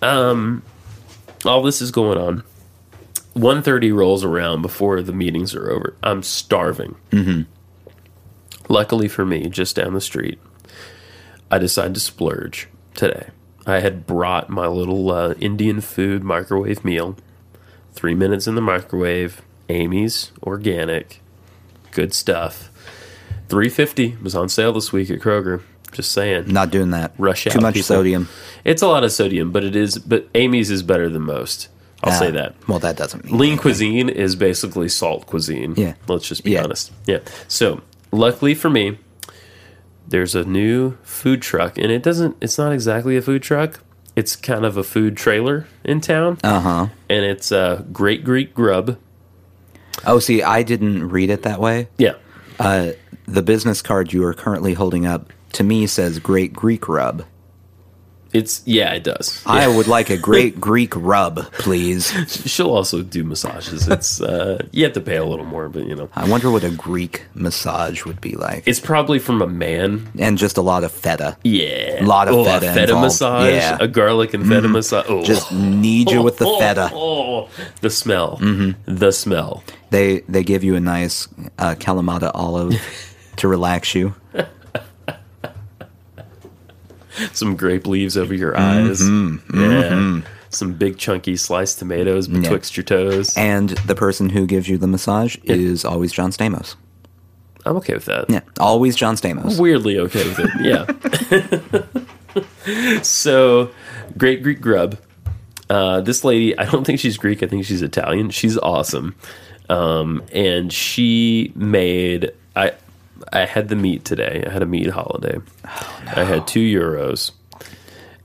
Speaker 2: um, all this is going on. 1.30 rolls around before the meetings are over. I'm starving. Mm-hmm. Luckily for me, just down the street, I decided to splurge today. I had brought my little uh, Indian food microwave meal. Three minutes in the microwave. Amy's organic, good stuff. 350 was on sale this week at Kroger. Just saying.
Speaker 1: Not doing that.
Speaker 2: Rush
Speaker 1: Too
Speaker 2: out,
Speaker 1: much
Speaker 2: people.
Speaker 1: sodium.
Speaker 2: It's a lot of sodium, but it is. But Amy's is better than most. I'll
Speaker 1: Ah,
Speaker 2: say that.
Speaker 1: Well, that doesn't mean.
Speaker 2: Lean cuisine is basically salt cuisine.
Speaker 1: Yeah.
Speaker 2: Let's just be
Speaker 1: Yeah.
Speaker 2: honest. Yeah. So luckily for me, there's a new food truck, and it doesn't. It's not exactly a food truck. It's kind of a food trailer in town,
Speaker 1: Uh-huh.
Speaker 2: and it's uh, Great Greek Grub.
Speaker 1: Oh, see, I didn't read it that way.
Speaker 2: Yeah.
Speaker 1: Uh, the business card you are currently holding up to me says Great Greek Rub.
Speaker 2: It's yeah, it does.
Speaker 1: I would like a Great Greek Rub, please.
Speaker 2: She'll also do massages. It's uh, you have to pay a little more, but you know,
Speaker 1: I wonder what a Greek massage would be like.
Speaker 2: it's probably from a man
Speaker 1: and just a lot of feta.
Speaker 2: Yeah.
Speaker 1: Lot of
Speaker 2: oh,
Speaker 1: feta
Speaker 2: A feta
Speaker 1: involved.
Speaker 2: massage.
Speaker 1: Yeah. Mm-hmm.
Speaker 2: A garlic and feta massage. Oh.
Speaker 1: Just knead you with the
Speaker 2: Oh,
Speaker 1: feta. Mm-hmm.
Speaker 2: Oh, the smell. The smell.
Speaker 1: They they give you a nice uh, Kalamata olive to relax you.
Speaker 2: Some grape leaves over your
Speaker 1: Mm-hmm.
Speaker 2: eyes. Yeah. Some big chunky sliced tomatoes betwixt your toes.
Speaker 1: And the person who gives you the massage is always John Stamos.
Speaker 2: I'm okay with that.
Speaker 1: Yeah, always John Stamos.
Speaker 2: Weirdly okay with it. Yeah. so, Great Greek Grub. Uh, this lady, I don't think she's Greek. I think she's Italian. She's awesome. Um, and she made I I had the meat today. I had a meat holiday. I had two euros.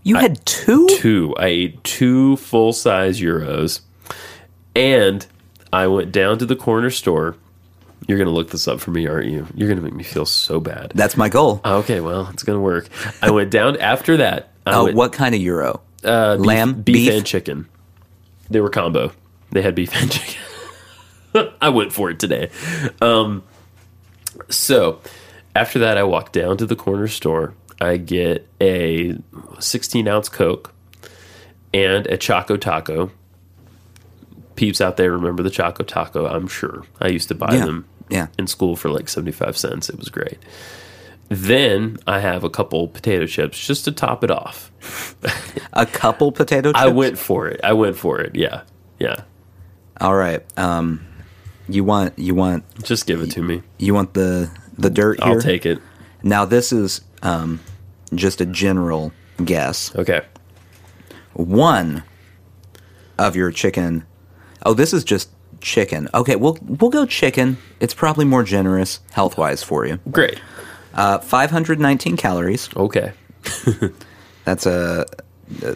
Speaker 1: You had two?
Speaker 2: Two. I ate two full size euros. And I went down to the corner store. You're gonna look this up for me, aren't you? You're gonna make me feel so bad.
Speaker 1: That's my goal.
Speaker 2: Okay, well, it's gonna work. I went down after that. I
Speaker 1: Uh,
Speaker 2: went
Speaker 1: what kind of euro?
Speaker 2: uh, beef-
Speaker 1: lamb,
Speaker 2: beef,
Speaker 1: beef?
Speaker 2: and chicken. They were combo. They had beef and chicken. I went for it today. Um, so after that, I walk down to the corner store. I get a 16 ounce Coke and a Choco Taco. Peeps out there remember the Choco Taco, I'm sure. I used to buy
Speaker 1: Yeah.
Speaker 2: them
Speaker 1: Yeah.
Speaker 2: in school for like 75 cents. It was great. Then I have a couple potato chips just to top it off.
Speaker 1: A couple potato chips?
Speaker 2: I went for it. I went for it. Yeah. Yeah.
Speaker 1: All right. Um, You want you want
Speaker 2: Just give it to me.
Speaker 1: you want the the dirt here.
Speaker 2: I'll take it.
Speaker 1: Now this is um, just a general guess.
Speaker 2: Okay.
Speaker 1: One of your chicken. Oh, this is just chicken. Okay, we'll we'll go chicken. It's probably more generous health wise for you.
Speaker 2: Great.
Speaker 1: Uh, 519 calories.
Speaker 2: Okay.
Speaker 1: That's a, a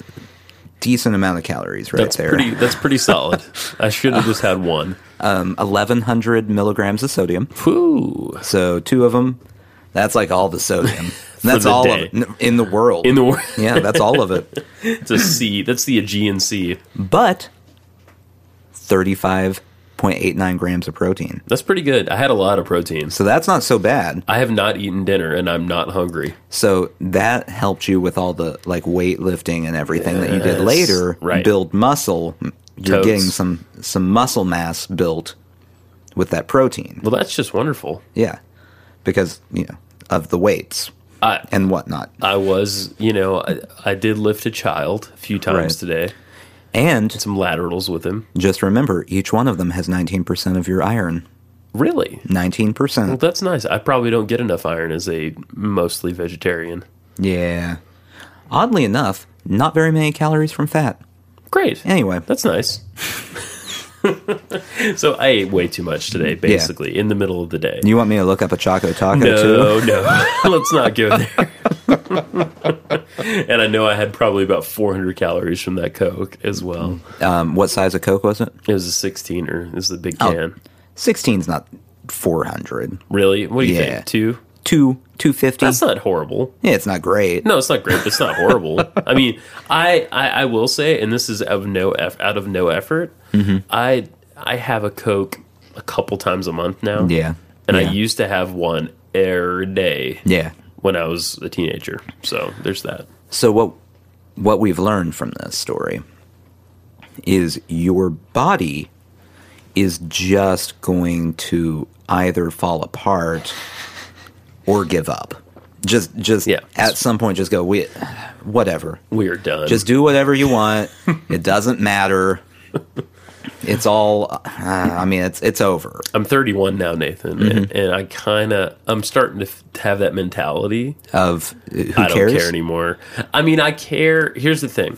Speaker 1: decent amount of calories right
Speaker 2: That's
Speaker 1: there.
Speaker 2: pretty that's pretty solid. I should have just had one.
Speaker 1: Um, 1100 milligrams of sodium.
Speaker 2: Whew.
Speaker 1: So two of them. That's like all the sodium. that's
Speaker 2: the
Speaker 1: all
Speaker 2: day.
Speaker 1: of it in the world.
Speaker 2: In the world.
Speaker 1: yeah, that's all of it.
Speaker 2: It's a C. That's the Aegean Sea.
Speaker 1: But 35.89 grams of protein.
Speaker 2: That's pretty good. I had a lot of protein.
Speaker 1: So that's not so bad.
Speaker 2: I have not eaten dinner and I'm not hungry.
Speaker 1: So that helped you with all the like weightlifting and everything that you did
Speaker 2: Yes,
Speaker 1: later.
Speaker 2: right.
Speaker 1: Build muscle. You're
Speaker 2: Totes.
Speaker 1: getting some some muscle mass built with that protein.
Speaker 2: Well, that's just wonderful.
Speaker 1: Yeah, because you know of the weights
Speaker 2: I
Speaker 1: and whatnot.
Speaker 2: I was, you know, I, I did lift a child a few times
Speaker 1: Right.
Speaker 2: today.
Speaker 1: And
Speaker 2: Some laterals with him.
Speaker 1: just remember, each one of them has 19% of your iron.
Speaker 2: Really?
Speaker 1: 19%.
Speaker 2: Well, that's nice. I probably don't get enough iron as a mostly vegetarian.
Speaker 1: yeah. Oddly enough, not very many calories from fat.
Speaker 2: Great.
Speaker 1: Anyway,
Speaker 2: That's nice. so I ate way too much today, basically, in the middle of the day.
Speaker 1: you want me to look up a Choco Taco too?
Speaker 2: No, no. Let's not go there. and I know I had probably about 400 calories from that Coke as well.
Speaker 1: Um, what size of Coke was it?
Speaker 2: It was a 16er. This is the
Speaker 1: Oh.
Speaker 2: big can.
Speaker 1: 16's not 400.
Speaker 2: Really? What do you
Speaker 1: Yeah.
Speaker 2: think? Two?
Speaker 1: Two, 250.
Speaker 2: That's not horrible.
Speaker 1: yeah, it's not great.
Speaker 2: No, it's not great, but it's not horrible. I mean, I, I I will say, and this is of no eff- out of no effort.
Speaker 1: Mm-hmm.
Speaker 2: I I have a Coke a couple times a month now.
Speaker 1: Yeah.
Speaker 2: and
Speaker 1: Yeah.
Speaker 2: I used to have one every day
Speaker 1: Yeah.
Speaker 2: when I was a teenager. So there's that.
Speaker 1: So what what we've learned from this story is your body is just going to either fall apart or give up. Just just
Speaker 2: Yeah.
Speaker 1: at some point just go we whatever.
Speaker 2: We are done.
Speaker 1: Just do whatever you want. it doesn't matter. It's all uh, I mean it's it's over.
Speaker 2: I'm 31 now, Nathan, and,
Speaker 1: Mm-hmm.
Speaker 2: and I kind of I'm starting to f- have that mentality.
Speaker 1: Of uh, who
Speaker 2: I
Speaker 1: cares?
Speaker 2: don't care anymore. I mean, I care. Here's the thing.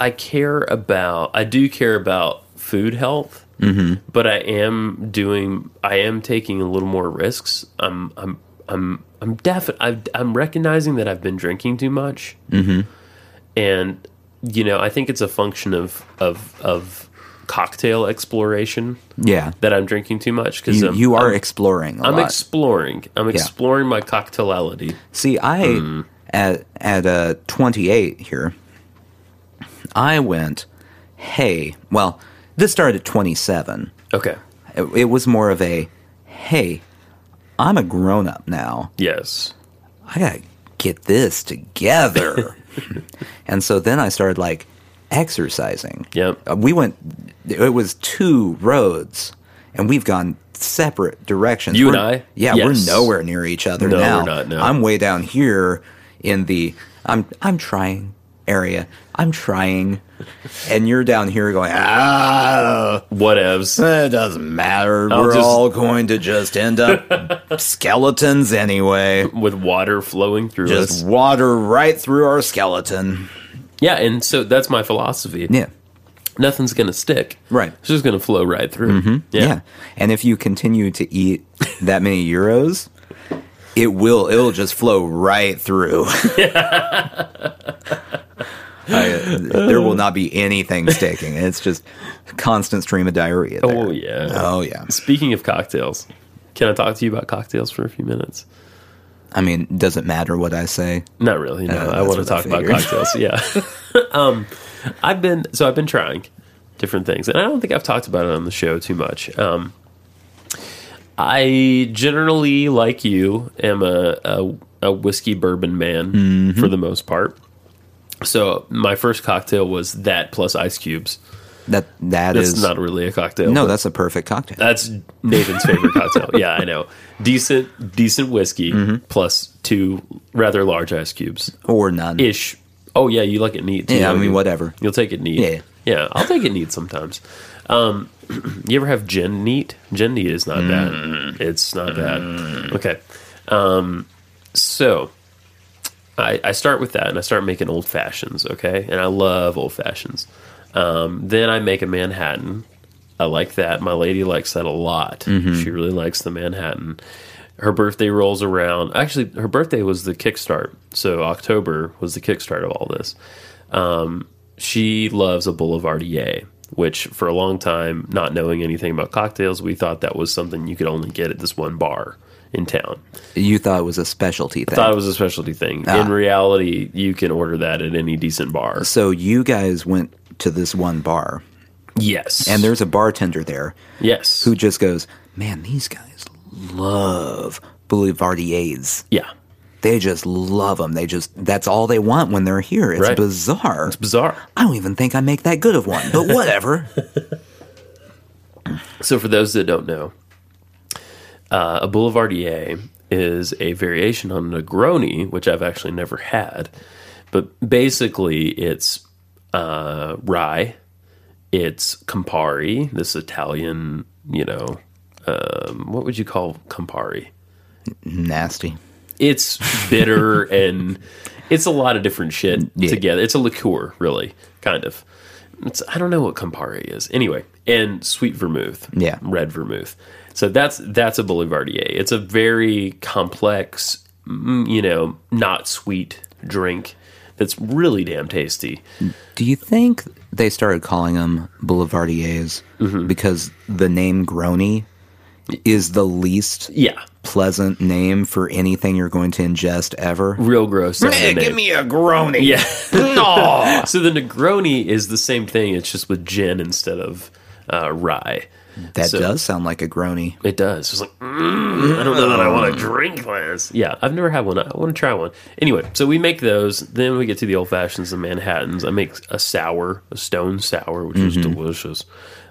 Speaker 2: I care about. I do care about food health,
Speaker 1: Mm-hmm.
Speaker 2: but I am doing. I am taking a little more risks. I'm. I'm. I'm. I'm definitely. I'm recognizing that I've been drinking too much, mm-hmm. and you know, I think it's a function of of of cocktail exploration
Speaker 1: yeah.
Speaker 2: that I'm drinking too much because
Speaker 1: You, you are exploring a
Speaker 2: I'm
Speaker 1: lot.
Speaker 2: exploring. I'm exploring my cocktaility.
Speaker 1: See, I at at uh, 28 here, I went, hey, well, this started at 27.
Speaker 2: Okay.
Speaker 1: It, it was more of a, hey, I'm a grown up now.
Speaker 2: Yes.
Speaker 1: I gotta get this together. and so then I started like exercising.
Speaker 2: Yep.
Speaker 1: Uh, We went, it was two roads, and we've gone separate directions.
Speaker 2: You and
Speaker 1: We're-
Speaker 2: I?
Speaker 1: Yeah,
Speaker 2: Yes.
Speaker 1: we're nowhere near each other
Speaker 2: No,
Speaker 1: now.
Speaker 2: we're not, no.
Speaker 1: I'm way down here in the I'm I'm trying area. I'm trying, and you're down here going ah.
Speaker 2: Whatevs.
Speaker 1: It doesn't matter.
Speaker 2: I'll
Speaker 1: We're
Speaker 2: just-
Speaker 1: all going to just end up skeletons anyway
Speaker 2: with water flowing through
Speaker 1: just
Speaker 2: us.
Speaker 1: water right through our skeleton.
Speaker 2: Yeah, and so that's my philosophy.
Speaker 1: Yeah.
Speaker 2: Nothing's going to stick.
Speaker 1: Right. Mm-hmm.
Speaker 2: It's just going to flow right through.
Speaker 1: yeah.
Speaker 2: Yeah.
Speaker 1: And if you continue to eat that many euros, it will it'll just flow right through. I, there will not be anything sticking. It's just a constant stream of diarrhea. there.
Speaker 2: Oh, yeah.
Speaker 1: Oh yeah.
Speaker 2: Speaking of cocktails, can I talk to you about cocktails for a few minutes?
Speaker 1: I mean, does it matter what I say?
Speaker 2: Not really. No,
Speaker 1: Uh,
Speaker 2: I
Speaker 1: that's
Speaker 2: want to
Speaker 1: what I
Speaker 2: talk about
Speaker 1: figured.
Speaker 2: cocktails. Yeah. um, I've been so I've been trying different things, and I don't think I've talked about it on the show too much. Um, I generally, like you, am a a, a whiskey bourbon man
Speaker 1: Mm-hmm.
Speaker 2: for the most part. So my first cocktail was that plus ice cubes.
Speaker 1: That that
Speaker 2: That's
Speaker 1: is-
Speaker 2: not really a cocktail.
Speaker 1: No,
Speaker 2: but
Speaker 1: that's a perfect cocktail.
Speaker 2: that's Nathan's favorite cocktail. Yeah, I know. Decent decent whiskey
Speaker 1: Mm-hmm.
Speaker 2: plus two rather large ice cubes
Speaker 1: or none.
Speaker 2: ish. Oh yeah, you like it neat. Too,
Speaker 1: yeah, I
Speaker 2: don't
Speaker 1: mean
Speaker 2: you?
Speaker 1: whatever.
Speaker 2: You'll take it neat.
Speaker 1: Yeah.
Speaker 2: Yeah, I'll take it neat sometimes. Um, you ever have gin neat? Gin neat is not bad. It's not bad. Okay. Um, so I, I start with that and I start making old fashions, okay? And I love old fashions. Um, then I make a Manhattan. I like that. My lady likes that a lot. She really likes the Manhattan. Her birthday rolls around. Actually, her birthday was the kickstart. So October was the kickstart of all this she loves a boulevardier which for a long time not knowing anything about cocktails we thought that was something you could only get at this one bar in town
Speaker 1: You thought it was a specialty thing.
Speaker 2: thought it was a specialty thing
Speaker 1: Ah.
Speaker 2: in reality you can order that at any decent bar
Speaker 1: so you guys went to this one bar,
Speaker 2: yes
Speaker 1: and there's a bartender there
Speaker 2: yes
Speaker 1: who just goes, "Man, these guys love boulevardiers.
Speaker 2: yeah
Speaker 1: They just love them. They just that's all they want when they're here. It's
Speaker 2: Right.
Speaker 1: bizarre.
Speaker 2: bizarre
Speaker 1: I don't even think I make that good of one, but whatever.
Speaker 2: So, for those that don't know, uh, a Boulevardier is a variation on a Negroni, which I've actually never had. But basically, it's uh, rye, it's Campari, this Italian, you know, um, what would you call Campari?
Speaker 1: Nasty.
Speaker 2: It's bitter and it's a lot of different shit together. It's a liqueur, really, kind of. It's, I don't know what Campari is. Anyway, and sweet vermouth.
Speaker 1: Yeah.
Speaker 2: Red vermouth. So that's that's a Boulevardier. It's a very complex, mm, you know, not sweet drink that's really damn tasty.
Speaker 1: Do you think they started calling them boulevardiers
Speaker 2: Mm-hmm.
Speaker 1: because the name Grony is the least
Speaker 2: Yeah.
Speaker 1: pleasant name for anything you're going to ingest ever?
Speaker 2: Real gross. sounding name.
Speaker 1: a Grony.
Speaker 2: Yeah. so the Negroni is the same thing. It's just with gin instead of uh, rye.
Speaker 1: That
Speaker 2: So-
Speaker 1: does sound like a Grony.
Speaker 2: It does. It's like, mm, I don't know that I want to drink this. Yeah, I've never had one. I want to try one. Anyway, so we make those. Then we get to the old fashions, the Manhattans. I make a sour, a stone sour, which was delicious.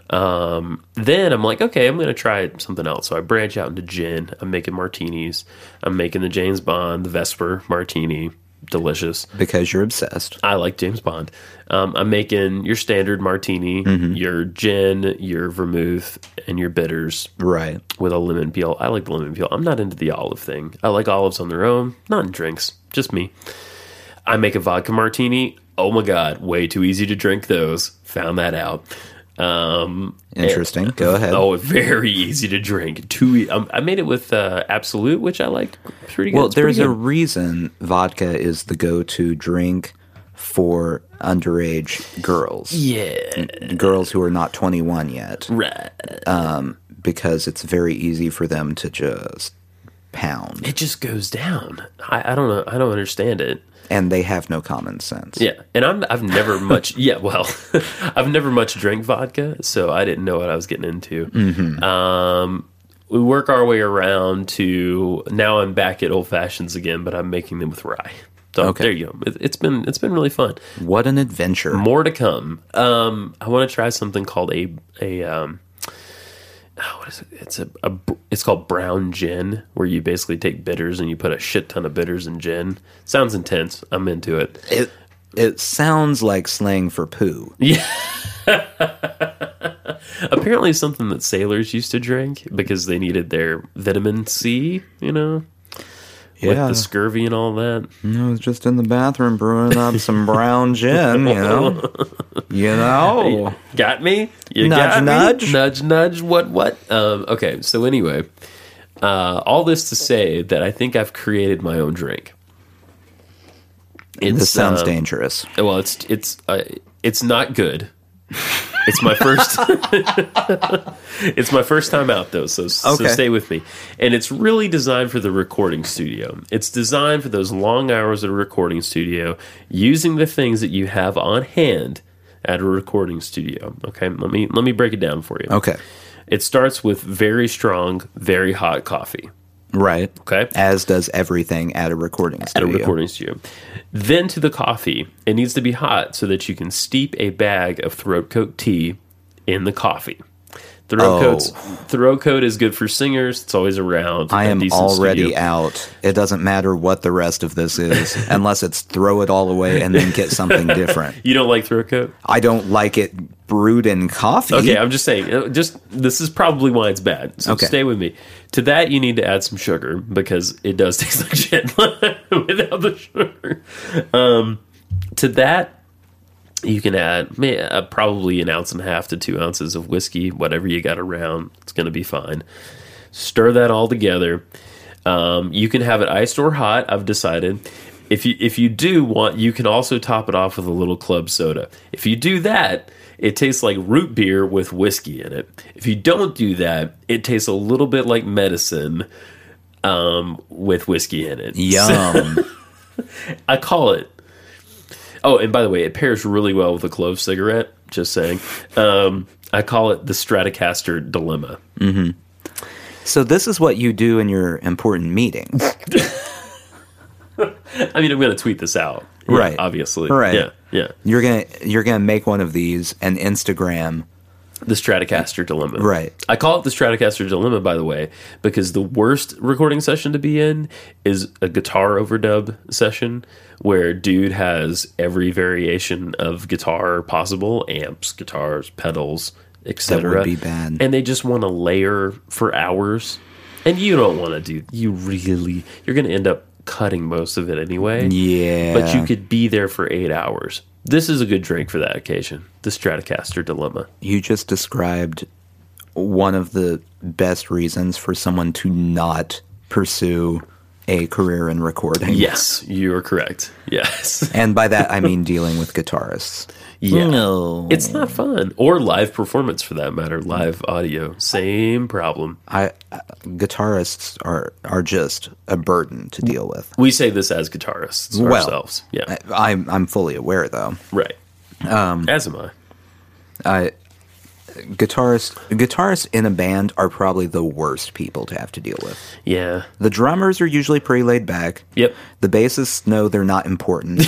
Speaker 2: Um, then I'm like, okay, I'm going to try something else. So I branch out into gin. I'm making martinis. I'm making the James Bond, the Vesper martini. Delicious.
Speaker 1: Because you're obsessed.
Speaker 2: I like James Bond. Um, I'm making your standard martini, your gin, your vermouth, and your bitters
Speaker 1: Right.
Speaker 2: with a lemon peel. I like the lemon peel. I'm not into the olive thing. I like olives on their own, not in drinks, just me. I make a vodka martini. Oh my God, way too easy to drink those. Found that out. Um,
Speaker 1: Interesting. Go ahead.
Speaker 2: oh, very easy to drink. Too. E- um, I made it with uh, Absolute, which I liked pretty good.
Speaker 1: well,
Speaker 2: It's pretty
Speaker 1: there's a
Speaker 2: good.
Speaker 1: reason vodka is the go to drink for underage girls.
Speaker 2: yeah,
Speaker 1: Girls who are not 21 yet.
Speaker 2: right.
Speaker 1: Because it's very easy for them to just pound.
Speaker 2: It just goes down. I, I don't know. I don't understand it.
Speaker 1: And they have no common sense.
Speaker 2: Yeah, and I'm I've never much yeah well, I've never much drank vodka, so I didn't know what I was getting into. Um, we work our way around to now I'm back at old fashions again, but I'm making them with rye. So
Speaker 1: Okay.
Speaker 2: there you go. It, it's been it's been really fun.
Speaker 1: What an adventure.
Speaker 2: More to come. Um, I want to try something called a a um, oh, what is it? It's a, a br- it's called brown gin, where you basically take bitters and you put a shit ton of bitters in gin. Sounds intense. I'm into it.
Speaker 1: It, it sounds like slang for poo.
Speaker 2: apparently something that sailors used to drink because they needed their vitamin C, you know, with the scurvy and all that.
Speaker 1: I was just in the bathroom brewing up some brown gin, you know? You know?
Speaker 2: Got me? You
Speaker 1: Nudge,
Speaker 2: got me?
Speaker 1: nudge.
Speaker 2: Nudge, nudge. What, what? Um, okay, so anyway, uh, all this to say that I think I've created my own drink. It's,
Speaker 1: This sounds
Speaker 2: um,
Speaker 1: dangerous.
Speaker 2: Well, it's it's uh, it's not good. It's my first. it's my first time out though, so so
Speaker 1: Okay.
Speaker 2: stay with me. And it's really designed for the recording studio. It's designed for those long hours at a recording studio, using the things that you have on hand at a recording studio. Okay, let me let me break it down for you.
Speaker 1: Okay.
Speaker 2: It starts with very strong, very hot coffee.
Speaker 1: Right.
Speaker 2: Okay,
Speaker 1: As does everything at a recording
Speaker 2: at a
Speaker 1: studio.
Speaker 2: recording studio. Then to the coffee. It needs to be hot so that you can steep a bag of throat coat tea in the coffee. Throw
Speaker 1: Oh.
Speaker 2: codes. Throw code is good for singers. It's always around.
Speaker 1: I
Speaker 2: a
Speaker 1: am
Speaker 2: decent
Speaker 1: already
Speaker 2: studio.
Speaker 1: out. It doesn't matter what the rest of this is, unless it's throw it all away and then get something different.
Speaker 2: You don't like throw code?
Speaker 1: I don't like it brewed in coffee.
Speaker 2: Okay, I'm just saying. uh, Just this is probably why it's bad. So
Speaker 1: Okay.
Speaker 2: stay with me. To that, you need to add some sugar because it does taste like shit without the sugar. Um, to that, you can add may- uh, probably an ounce and a half to two ounces of whiskey, whatever you got around. It's gonna be fine. Stir that all together. Um, you can have it iced or hot. I've decided. If you if you do want, you can also top it off with a little club soda. If you do that, it tastes like root beer with whiskey in it. If you don't do that, it tastes a little bit like medicine um, with whiskey in it.
Speaker 1: Yum.
Speaker 2: I call it. Oh, and by the way, it pairs really well with a clove cigarette. Just saying. Um, I call it the Stratocaster dilemma.
Speaker 1: so this is what you do in your important meetings.
Speaker 2: I mean, I'm going to tweet this out, Yeah,
Speaker 1: Right.
Speaker 2: Obviously,
Speaker 1: Right.
Speaker 2: Yeah, yeah.
Speaker 1: You're gonna you're gonna make one of these and Instagram.
Speaker 2: The Stratocaster dilemma.
Speaker 1: Right.
Speaker 2: I call it the Stratocaster dilemma, by the way, because the worst recording session to be in is a guitar overdub session where dude has every variation of guitar possible amps, guitars, pedals, etc.
Speaker 1: That would be bad.
Speaker 2: And they just want to layer for hours. And you don't want to do, you really, you're going to end up cutting most of it anyway.
Speaker 1: Yeah.
Speaker 2: But you could be there for eight hours. This is a good drink for that occasion. The Stratocaster dilemma.
Speaker 1: you just described one of the best reasons for someone to not pursue a career in recording.
Speaker 2: Yes, you are correct. Yes.
Speaker 1: And by that I mean dealing with guitarists.
Speaker 2: Yeah.
Speaker 1: No.
Speaker 2: It's not fun. Or live performance for that matter, live audio. Same problem.
Speaker 1: I uh, guitarists are are just a burden to deal with.
Speaker 2: We say this as guitarists
Speaker 1: Well,
Speaker 2: ourselves. Yeah.
Speaker 1: I, I'm I'm fully aware though.
Speaker 2: right. as am I.
Speaker 1: I guitarists guitarists in a band are probably the worst people to have to deal with.
Speaker 2: Yeah.
Speaker 1: The drummers are usually pretty laid back.
Speaker 2: Yep.
Speaker 1: The bassists know they're not important.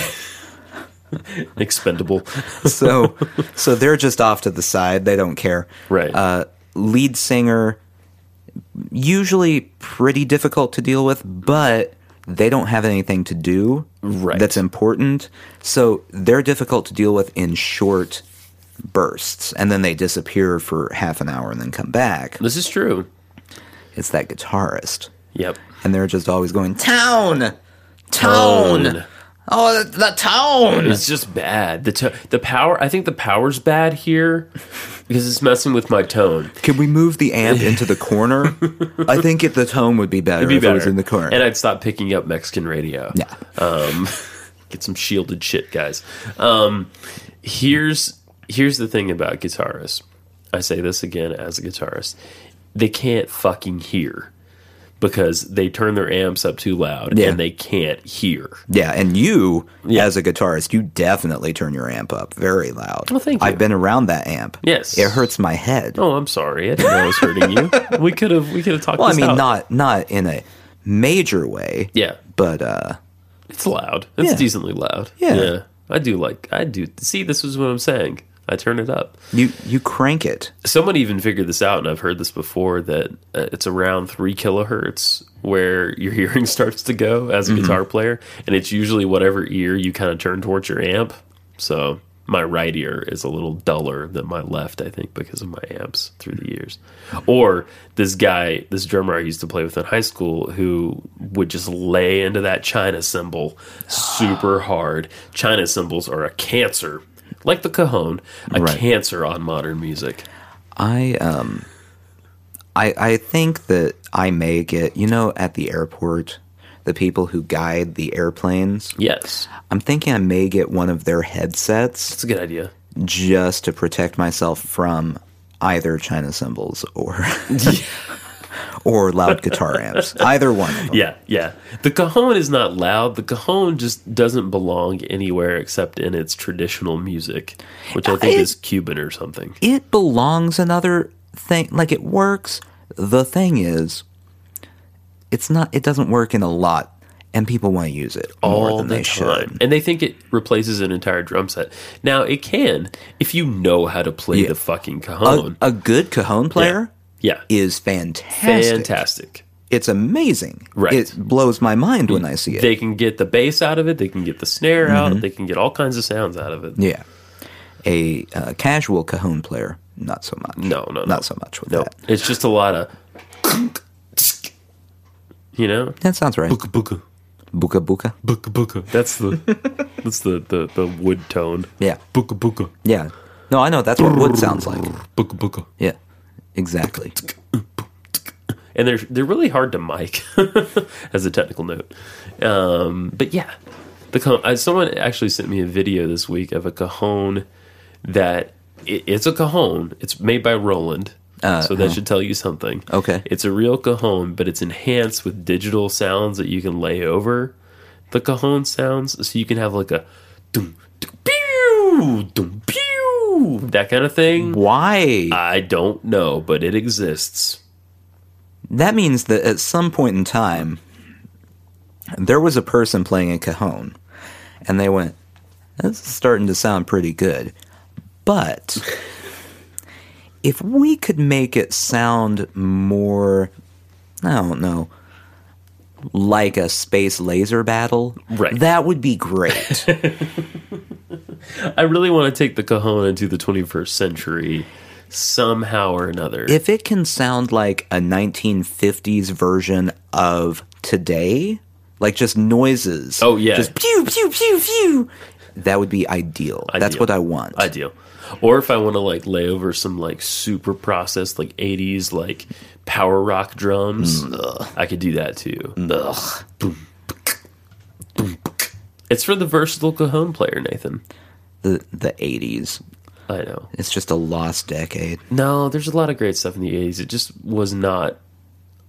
Speaker 2: Expendable.
Speaker 1: so so they're just off to the side. They don't care.
Speaker 2: Right.
Speaker 1: Uh, lead singer usually pretty difficult to deal with, but they don't have anything to do
Speaker 2: Right.
Speaker 1: that's important. So they're difficult to deal with in short bursts and then they disappear for half an hour and then come back.
Speaker 2: this is true.
Speaker 1: It's that guitarist.
Speaker 2: Yep.
Speaker 1: And they're just always going town. Town.
Speaker 2: Tone.
Speaker 1: Oh, the, the town.
Speaker 2: It's just bad. The to- the power. I think the power's bad here because it's messing with my tone.
Speaker 1: Can we move the amp into the corner? I think it, the tone would be better
Speaker 2: It'd be
Speaker 1: if
Speaker 2: better
Speaker 1: it was in the corner.
Speaker 2: and I'd stop picking up Mexican radio.
Speaker 1: yeah.
Speaker 2: um, get some shielded shit, guys. Um, here's here's the thing about guitarists. I say this again as a guitarist. They can't fucking hear because they turn their amps up too loud
Speaker 1: Yeah.
Speaker 2: and they can't hear.
Speaker 1: Yeah, and you as a guitarist, you definitely turn your amp up very loud.
Speaker 2: Well, thank you.
Speaker 1: I've been around that amp.
Speaker 2: Yes.
Speaker 1: It hurts my head.
Speaker 2: Oh, I'm sorry. I didn't know I was hurting you. We could have we could have talked.
Speaker 1: well, I
Speaker 2: this
Speaker 1: mean
Speaker 2: out.
Speaker 1: not not in a major way.
Speaker 2: Yeah,
Speaker 1: But uh
Speaker 2: it's loud. It's
Speaker 1: Yeah.
Speaker 2: decently loud.
Speaker 1: Yeah.
Speaker 2: I do like. I do see. This is what I'm saying. I turn it up.
Speaker 1: you you crank it.
Speaker 2: someone even figured this out, and I've heard this before that uh, it's around three kilohertz where your hearing starts to go as a guitar player, and it's usually whatever ear you kind of turn towards your amp. So my right ear is a little duller than my left, I think, because of my amps through the years. Or this guy, this drummer I used to play with in high school, who would just lay into that China cymbal super hard. China cymbals are a cancer. Like the cajon, a
Speaker 1: Right.
Speaker 2: cancer on modern music.
Speaker 1: I um I I think that I may get you know at the airport the people who guide the airplanes.
Speaker 2: Yes,
Speaker 1: I'm thinking I may get one of their headsets.
Speaker 2: it's a good idea.
Speaker 1: just to protect myself from either China cymbals or or loud guitar amps. Either one. Of them.
Speaker 2: Yeah, yeah. The cajon is not loud. The cajon just doesn't belong anywhere except in its traditional music, which I think
Speaker 1: I-
Speaker 2: is Cuban or something.
Speaker 1: It belongs another thing. Like it works. The thing is, it's not. It doesn't work in a lot. and people want to use it more
Speaker 2: all
Speaker 1: than
Speaker 2: the
Speaker 1: they
Speaker 2: time,
Speaker 1: should.
Speaker 2: and they think it replaces an entire drum set. Now it can if you know how to play
Speaker 1: Yeah. Uh,
Speaker 2: the fucking
Speaker 1: A,
Speaker 2: cajon.
Speaker 1: a good cajon player
Speaker 2: yeah,
Speaker 1: is fantastic.
Speaker 2: fantastic.
Speaker 1: It's amazing.
Speaker 2: Right. Mm.
Speaker 1: It blows my mind when I see it.
Speaker 2: They can get the bass out of it. They can get the snare out. They can get all kinds of sounds out of it.
Speaker 1: Mm-hmm. yeah. A uh, casual cajon player, not so much.
Speaker 2: No, no, no.
Speaker 1: Not so much with
Speaker 2: No,
Speaker 1: that.
Speaker 2: it's just a lot of, you know,
Speaker 1: That sounds right.
Speaker 2: buka buka
Speaker 1: Buka buka.
Speaker 2: buka buka. That's the that's the, the the wood tone.
Speaker 1: Yeah.
Speaker 2: Buka buka
Speaker 1: Yeah. No, I know. That's what wood sounds like.
Speaker 2: buka buka.
Speaker 1: Yeah. Exactly.
Speaker 2: and they're they're really hard to mic as a technical note. Um, but yeah, the cajon, uh, someone actually sent me a video this week of a cajon that it, it's a cajon. It's made by Roland, so that should tell you something.
Speaker 1: Okay.
Speaker 2: it's a real cajon, but it's enhanced with digital sounds that you can lay over the cajon sounds, so you can have like a doom doom pew doom pew that kind of thing.
Speaker 1: Why?
Speaker 2: I don't know, but it exists.
Speaker 1: That means that at some point in time, there was a person playing a cajon, and they went, This is starting to sound pretty good. But if we could make it sound more, I don't know, like a space laser battle,
Speaker 2: Right.
Speaker 1: that would be great.
Speaker 2: I really want to take the cajon into the 21st century somehow or another.
Speaker 1: if it can sound like a 1950s version of today, like just noises.
Speaker 2: Oh, yeah.
Speaker 1: Just pew, pew, pew, pew. That would be ideal. That's
Speaker 2: Ideal.
Speaker 1: what I want.
Speaker 2: Ideal. Or if I want to like lay over some like super processed like 80s like power rock drums, I could do that too. Ugh. Boom, pk, boom, pk. It's for the versatile cajon player, Nathan.
Speaker 1: the, the 80s.
Speaker 2: I know.
Speaker 1: It's just a lost decade.
Speaker 2: No, there's a lot of great stuff in the 80s. It just was not.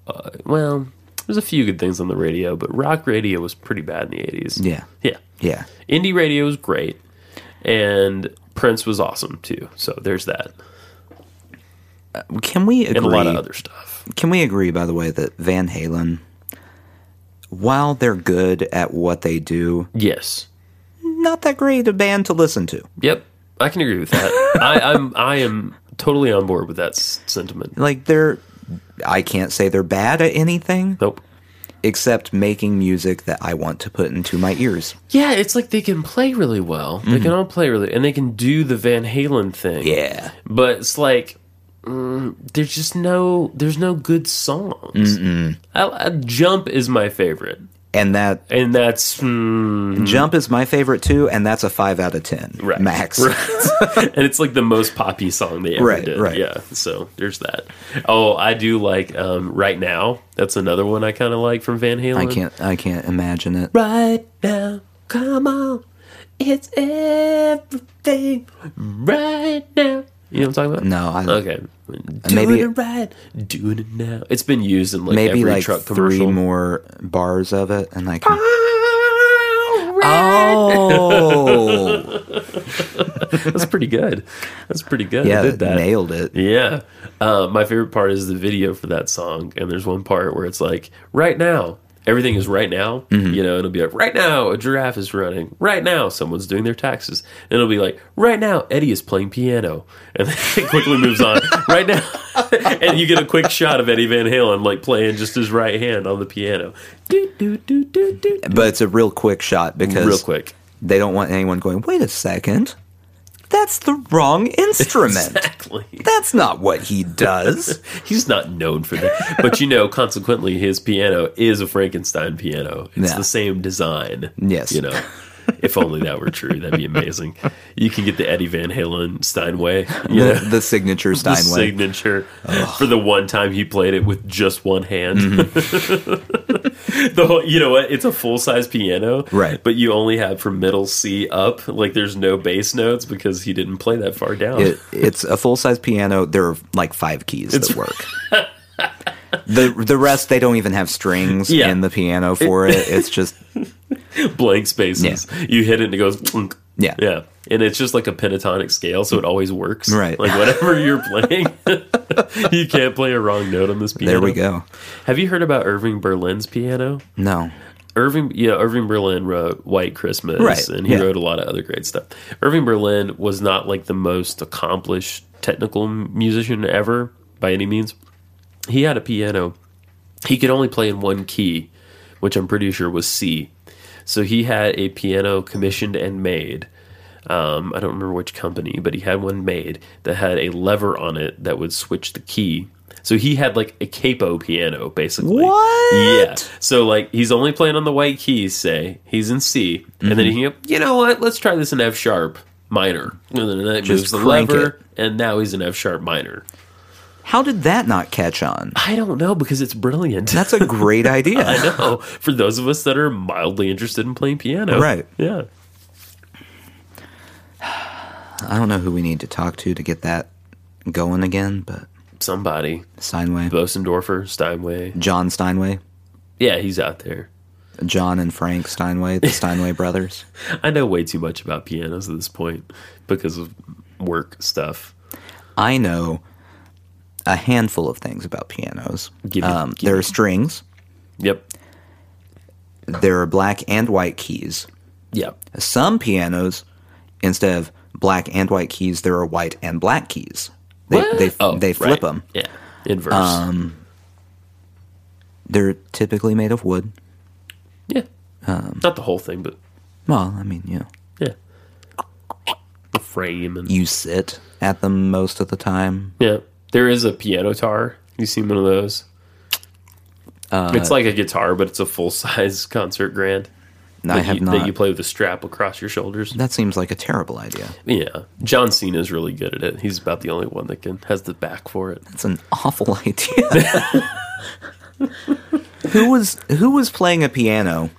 Speaker 2: Uh, well, there's a few good things on the radio, but rock radio was pretty bad in the 80s.
Speaker 1: Yeah.
Speaker 2: Yeah.
Speaker 1: Yeah.
Speaker 2: indie radio was great and prince was awesome too so there's that
Speaker 1: Can we agree?
Speaker 2: and a lot of other stuff
Speaker 1: Can we agree, by the way, that Van Halen, while they're good at what they do,
Speaker 2: yes
Speaker 1: not that great a band to listen to?
Speaker 2: yep i can agree with that I, i'm i am totally on board with that s- sentiment
Speaker 1: Like, they're. I can't say they're bad at anything.
Speaker 2: nope
Speaker 1: except making music that I want to put into my ears.
Speaker 2: yeah it's like they can play really well they can all play really and they can do the van halen thing
Speaker 1: Yeah.
Speaker 2: but it's like mm, there's just no there's no good songs I, I- jump is my favorite
Speaker 1: And that
Speaker 2: and that's mm,
Speaker 1: jump is my favorite too, and that's a five out of ten
Speaker 2: Right.
Speaker 1: max.
Speaker 2: Right. and it's like the most poppy song they ever
Speaker 1: Right,
Speaker 2: did.
Speaker 1: right.
Speaker 2: Yeah. So there's that. Oh, I do like um, right now. That's another one I kind of like from Van Halen.
Speaker 1: I can't I can't imagine it.
Speaker 2: Right now, come on, it's everything. Right now. You know what I'm talking about?
Speaker 1: No, I Uh,
Speaker 2: Okay. Doing
Speaker 1: maybe-
Speaker 2: it right, doing it now. It's been used in like
Speaker 1: maybe
Speaker 2: every
Speaker 1: like
Speaker 2: truck
Speaker 1: three
Speaker 2: commercial.
Speaker 1: more bars of it and like Oh
Speaker 2: That's pretty good. That's pretty good. I
Speaker 1: Yeah,
Speaker 2: did that.
Speaker 1: nailed it.
Speaker 2: Yeah. Uh, my favorite part is the video for that song. And there's one part where it's like, right now, everything is right now. You know, it'll be like, right now, a giraffe is running. Right now, someone's doing their taxes. And it'll be like, right now, Eddie is playing piano. And then it quickly moves on. right now. and you get a quick shot of Eddie Van Halen, like playing just his right hand on the piano. Do, do, do, do, do.
Speaker 1: But it's a real quick shot because
Speaker 2: Real quick.
Speaker 1: they don't want anyone going, wait a second. That's the wrong instrument.
Speaker 2: Exactly.
Speaker 1: That's not what he does.
Speaker 2: He's not known for that. But you know, consequently, his piano is a Frankenstein piano. It's
Speaker 1: Yeah.
Speaker 2: the same design.
Speaker 1: Yes.
Speaker 2: You know, if only that were true, that'd be amazing. You can get the Eddie Van Halen Steinway, you know,
Speaker 1: The, the signature
Speaker 2: the
Speaker 1: Steinway.
Speaker 2: signature for the one time he played it with just one hand. the whole, you know what? It's a full size piano.
Speaker 1: Mm-hmm. Right.
Speaker 2: But you only have from middle C up. Like there's no bass notes because he didn't play that far down.
Speaker 1: It, it's a full size piano. There are like five keys that work. the the rest they don't even have strings
Speaker 2: Yeah.
Speaker 1: in the piano for it. It's just
Speaker 2: blank spaces. You hit it and it goes plunk.
Speaker 1: Yeah.
Speaker 2: Yeah. And it's just like a pentatonic scale, so it always works.
Speaker 1: Right.
Speaker 2: Like whatever you're playing, you can't play a wrong note on this piano.
Speaker 1: there we go.
Speaker 2: Have you heard about Irving Berlin's piano?
Speaker 1: No,
Speaker 2: Irving, yeah, Irving Berlin wrote White Christmas,
Speaker 1: Right,
Speaker 2: and he
Speaker 1: yeah.
Speaker 2: wrote a lot of other great stuff. Irving Berlin was not like the most accomplished technical musician ever by any means. He had a piano. He could only play in one key, which I'm pretty sure was C. So he had a piano commissioned and made. Um, I don't remember which company, but he had one made that had a lever on it that would switch the key. So he had like a capo piano, basically.
Speaker 1: What?
Speaker 2: Yeah. So like he's only playing on the white keys. Say he's in C, and
Speaker 1: Mm-hmm.
Speaker 2: then he can go. You know what? Let's try this in F sharp minor. And then that
Speaker 1: Just
Speaker 2: moves the
Speaker 1: crank
Speaker 2: lever, and now he's in F sharp minor.
Speaker 1: How did that not catch on?
Speaker 2: I don't know because it's brilliant.
Speaker 1: That's a great idea.
Speaker 2: I know for those of us that are mildly interested in playing piano.
Speaker 1: Right.
Speaker 2: Yeah.
Speaker 1: I don't know who we need to talk to to get that going again, but
Speaker 2: Somebody.
Speaker 1: Steinway,
Speaker 2: Bosendorfer, Steinway.
Speaker 1: John Steinway,
Speaker 2: Yeah, he's out there.
Speaker 1: John and Frank Steinway, the Steinway brothers.
Speaker 2: I know way too much about pianos at this point because of work stuff.
Speaker 1: I know a handful of things about pianos.
Speaker 2: Give me-
Speaker 1: um, there are strings.
Speaker 2: Yep.
Speaker 1: There are black and white keys.
Speaker 2: Yep.
Speaker 1: Some pianos, instead of black and white keys, there are white and black keys. They
Speaker 2: What?
Speaker 1: they,
Speaker 2: Oh,
Speaker 1: they
Speaker 2: right.
Speaker 1: flip them. Um,
Speaker 2: Yeah. Inverse.
Speaker 1: They're typically made of wood.
Speaker 2: yeah.
Speaker 1: Um,
Speaker 2: Not the whole thing, but
Speaker 1: Well, I mean, you know,
Speaker 2: yeah. The frame and
Speaker 1: you sit at them most of the time.
Speaker 2: yeah. There is a piano tar. You seen one of those?
Speaker 1: Uh,
Speaker 2: it's like a guitar, but it's a full size concert grand.
Speaker 1: I
Speaker 2: that
Speaker 1: have
Speaker 2: you,
Speaker 1: not.
Speaker 2: That you play with a strap across your shoulders.
Speaker 1: That seems like a terrible idea.
Speaker 2: Yeah, John Cena is really good at it. He's about the only one that can has the back for it.
Speaker 1: That's an awful idea. who was who was playing a piano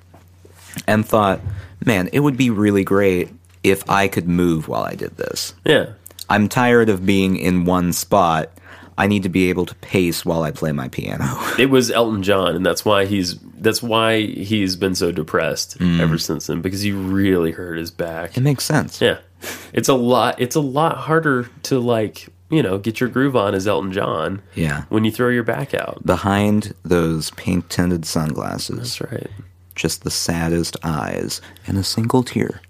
Speaker 1: and thought, "Man, it would be really great if I could move while I did this.
Speaker 2: Yeah,
Speaker 1: I'm tired of being in one spot. I need to be able to pace while I play my piano."
Speaker 2: it was Elton John, and that's why he's that's why he's been so depressed
Speaker 1: Mm.
Speaker 2: ever since then because he really hurt his back.
Speaker 1: it makes sense.
Speaker 2: Yeah, it's a lot. It's a lot harder to like you know get your groove on as Elton John.
Speaker 1: Yeah.
Speaker 2: when you throw your back out.
Speaker 1: Behind those pink tinted sunglasses,
Speaker 2: That's right,
Speaker 1: just the saddest eyes and a single tear.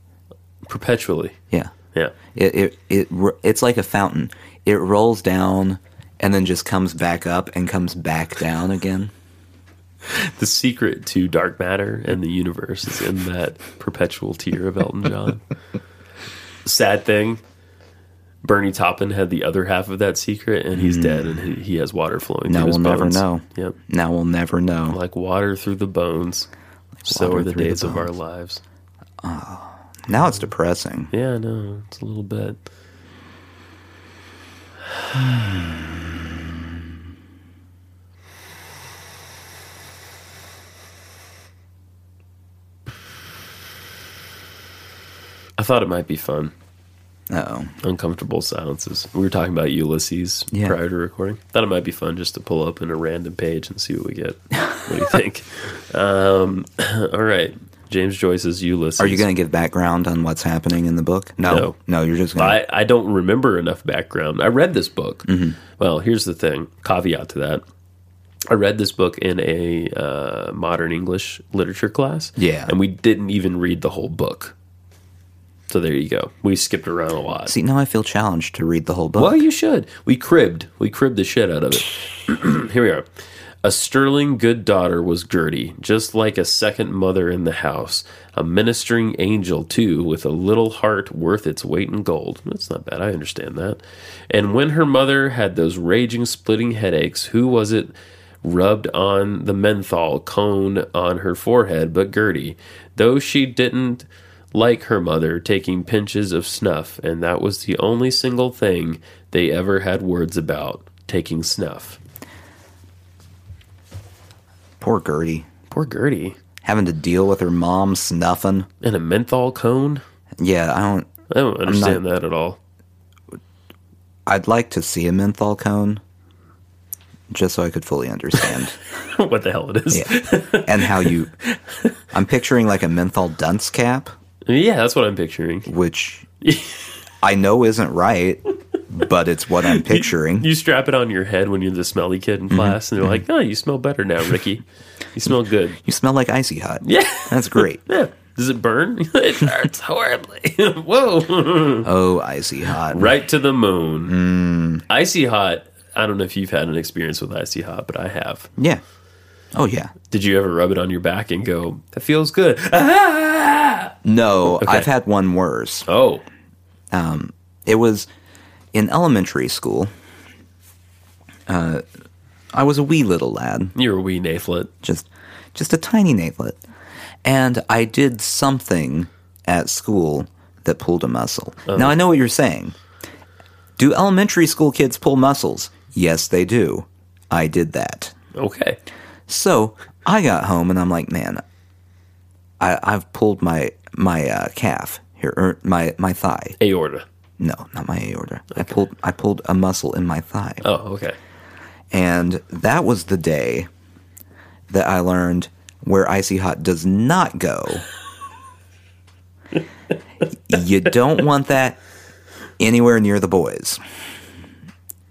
Speaker 2: perpetually.
Speaker 1: Yeah.
Speaker 2: Yeah,
Speaker 1: It, it it ro- it's like a fountain. It rolls down and then just comes back up and comes back down again.
Speaker 2: the secret to dark matter and the universe is in that perpetual tear of Elton John. Sad thing, Bernie Taupin had the other half of that secret, and he's dead, and he, he has water flowing.
Speaker 1: Now
Speaker 2: through his
Speaker 1: we'll never
Speaker 2: bones.
Speaker 1: know.
Speaker 2: Yep,
Speaker 1: Now we'll never know.
Speaker 2: like water through the bones. so
Speaker 1: water
Speaker 2: are the
Speaker 1: through the
Speaker 2: days of our
Speaker 1: bones.
Speaker 2: lives.
Speaker 1: Now it's depressing.
Speaker 2: Yeah, I know it's a little bit. I thought it might be fun.
Speaker 1: Oh,
Speaker 2: Uncomfortable silences. We were talking about Ulysses
Speaker 1: Yeah.
Speaker 2: prior to recording. Thought it might be fun just to pull up in a random page and see what we get. What do you think? um, all right, James Joyce's Ulysses.
Speaker 1: are you going to give background on what's happening in the book? No,
Speaker 2: No.
Speaker 1: no, you're just going. to...
Speaker 2: I, I don't remember enough background. I read this book.
Speaker 1: Mm-hmm.
Speaker 2: Well, here's the thing caveat to that. I read this book in a uh, modern English literature class.
Speaker 1: Yeah.
Speaker 2: And we didn't even read the whole book. So there you go. We skipped around a lot.
Speaker 1: See, now I feel challenged to read the whole book.
Speaker 2: Well, you should. We cribbed. We cribbed the shit out of it. Here we are. A sterling good daughter was Gerty, just like a second mother in the house. A ministering angel, too, with a little heart worth its weight in gold. That's not bad. I understand that. And when her mother had those raging, splitting headaches, who was it rubbed on the menthol cone on her forehead but Gerty? Though she didn't like her mother, taking pinches of snuff, and that was the only single thing they ever had words about taking snuff.
Speaker 1: Poor Gertie
Speaker 2: Poor Gertie.
Speaker 1: having to deal with her mom snuffing.
Speaker 2: And a menthol cone?
Speaker 1: Yeah, I don't.
Speaker 2: I don't understand that at all.
Speaker 1: I'd like to see a menthol cone, just so I could fully understand.
Speaker 2: what the hell it is. Yeah.
Speaker 1: yeah, and how you. I'm picturing like a menthol dunce cap.
Speaker 2: that's what I'm picturing.
Speaker 1: which I know isn't right, but it's what I'm picturing.
Speaker 2: Mm-hmm. You strap it on your head when you're the smelly kid in class, and they're like, oh, you smell better now, Ricky. You smell good.
Speaker 1: You smell like icy hot.
Speaker 2: Yeah.
Speaker 1: That's great.
Speaker 2: Yeah. Does it burn? it hurts horribly. Whoa.
Speaker 1: Oh, icy hot.
Speaker 2: Right to the moon. Icy hot. I don't know if you've had an experience with icy hot, but I have.
Speaker 1: Yeah. Oh yeah.
Speaker 2: Did you ever rub it on your back and go, that feels good? Ah.
Speaker 1: No, I've had one worse.
Speaker 2: Oh,
Speaker 1: It was in elementary school. Uh, I was a wee little lad,
Speaker 2: you're a wee nathlet.
Speaker 1: just just a tiny napelet, and I did something at school that pulled a muscle. Now I know what you're saying. Do elementary school kids pull muscles? Yes, they do. I did that.
Speaker 2: Okay.
Speaker 1: So I got home and I'm like, man, I, I've pulled my my uh, calf here, or my my thigh.
Speaker 2: Aorta.
Speaker 1: No, not my aorta. I pulled I pulled a muscle in my thigh,
Speaker 2: Oh, okay.
Speaker 1: and that was the day that I learned where icy hot does not go. you don't want that anywhere near the boys.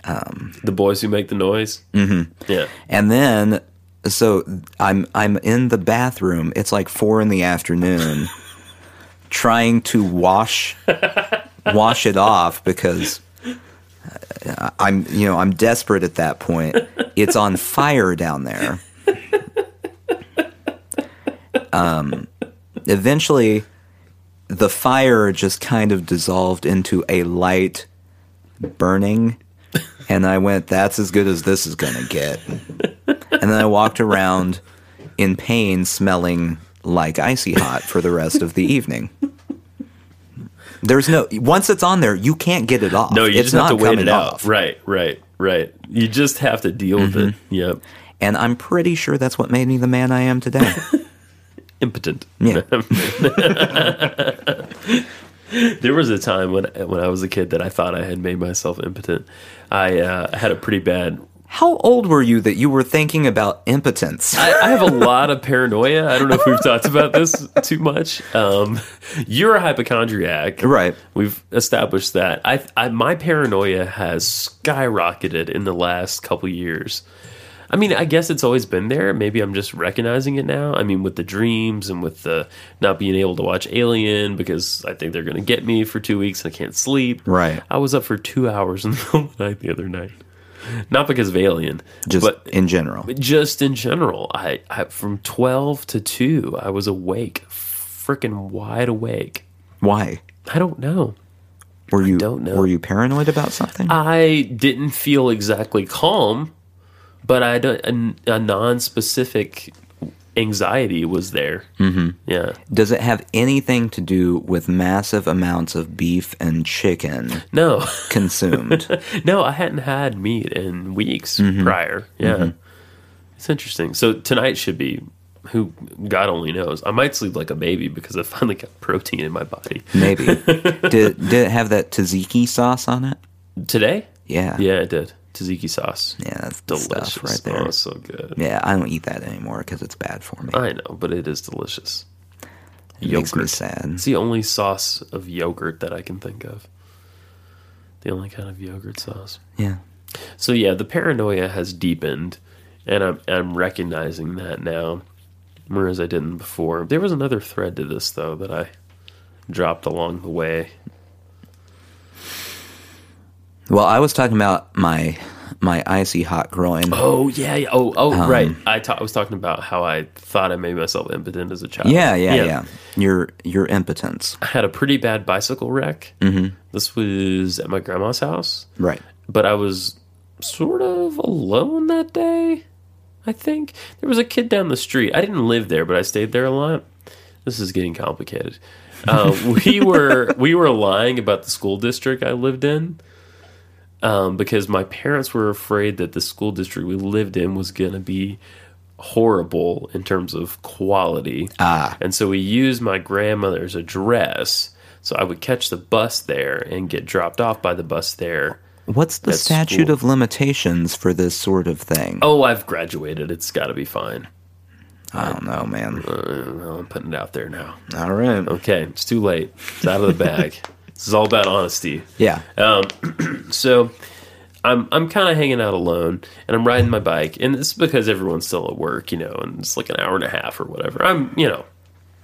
Speaker 2: The boys who make the noise. Mm-hmm. Yeah.
Speaker 1: And then so I'm I'm in the bathroom. It's like four in the afternoon, trying to wash wash it off because uh, I'm you know I'm desperate at that point. It's on fire down there. Um, Um, eventually, the fire just kind of dissolved into a light burning. And I went, that's as good as this is going to get. and then I walked around in pain, smelling like icy hot for the rest of the evening. There's no, once it's on there, you can't get it off.
Speaker 2: No, you
Speaker 1: it's
Speaker 2: just have to wait
Speaker 1: coming
Speaker 2: it out.
Speaker 1: off.
Speaker 2: Right, right, right. You just have to deal with it.
Speaker 1: Mm-hmm.
Speaker 2: Yep.
Speaker 1: And I'm pretty sure that's what made me the man I am today.
Speaker 2: Impotent.
Speaker 1: Yeah.
Speaker 2: There was a time when when I was a kid that I thought I had made myself impotent. I uh, had a pretty bad.
Speaker 1: How old were you that you were thinking about impotence?
Speaker 2: I, I have a lot of paranoia. I don't know if we've talked about this too much. Um, you're a hypochondriac,
Speaker 1: Right.
Speaker 2: We've established that. I, I my paranoia has skyrocketed in the last couple years. I mean, I guess it's always been there. Maybe I'm just recognizing it now. I mean, with the dreams and with the not being able to watch Alien because I think they're going to get me for two weeks and I can't sleep.
Speaker 1: Right.
Speaker 2: I was up for two hours in the middle of the night the other night. Not because of Alien,
Speaker 1: Just
Speaker 2: but
Speaker 1: in general.
Speaker 2: just in general. I, I from twelve to two, I was awake, freaking wide awake.
Speaker 1: Why?
Speaker 2: I don't know.
Speaker 1: Were you
Speaker 2: don't know.
Speaker 1: were you paranoid about something?
Speaker 2: I didn't feel exactly calm, but I had a, a non-specific anxiety was there. Mm-hmm. Yeah,
Speaker 1: Does it have anything to do with massive amounts of beef and chicken
Speaker 2: no,
Speaker 1: consumed?
Speaker 2: no, I hadn't had meat in weeks prior. Yeah, it's interesting. So tonight should be who God only knows. I might sleep like a baby because I finally got protein in my body
Speaker 1: Maybe. did, did it have that tzatziki sauce on it?
Speaker 2: today.
Speaker 1: Yeah.
Speaker 2: Yeah, I did tzatziki sauce.
Speaker 1: Yeah, that's the
Speaker 2: delicious
Speaker 1: stuff right there.
Speaker 2: Oh, so good.
Speaker 1: Yeah, I don't eat that anymore because it's bad for me.
Speaker 2: I know, but it is delicious.
Speaker 1: It makes me sad.
Speaker 2: It's the only sauce of yogurt that I can think of. The only kind of yogurt sauce.
Speaker 1: Yeah.
Speaker 2: So yeah, the paranoia has deepened, and I'm I'm recognizing that now, whereas I didn't before. There was another thread to this though that I dropped along the way.
Speaker 1: Well, I was talking about my my icy hot groin.
Speaker 2: Oh yeah, yeah. oh oh right.
Speaker 1: Um,
Speaker 2: I ta- I was talking about how I thought I made myself impotent as a child.
Speaker 1: yeah, yeah, yeah, Your your impotence.
Speaker 2: I had a pretty bad bicycle wreck. This was at my grandma's house.
Speaker 1: Right.
Speaker 2: but I was sort of alone that day. I think there was a kid down the street. I didn't live there, but I stayed there a lot. This is getting complicated. Uh, we were we were lying about the school district I lived in um, because my parents were afraid that the school district we lived in was going to be horrible in terms of quality.
Speaker 1: Ah.
Speaker 2: And so we used my grandmother's address. So I would catch the bus there and get dropped off by the bus there.
Speaker 1: What's the
Speaker 2: At
Speaker 1: statute
Speaker 2: school.
Speaker 1: of limitations for this sort of thing?
Speaker 2: Oh, I've graduated. It's got to be fine.
Speaker 1: I don't know, man.
Speaker 2: Well, I'm putting it out there now.
Speaker 1: Uh, All right.
Speaker 2: Okay, it's too
Speaker 1: Uh,
Speaker 2: late. It's out of the bag. this is all about honesty.
Speaker 1: Yeah.
Speaker 2: So I'm I'm kind of hanging out alone, and I'm riding my bike, and it's because everyone's still at work, you know, and it's like an hour and a half or whatever. I'm you know,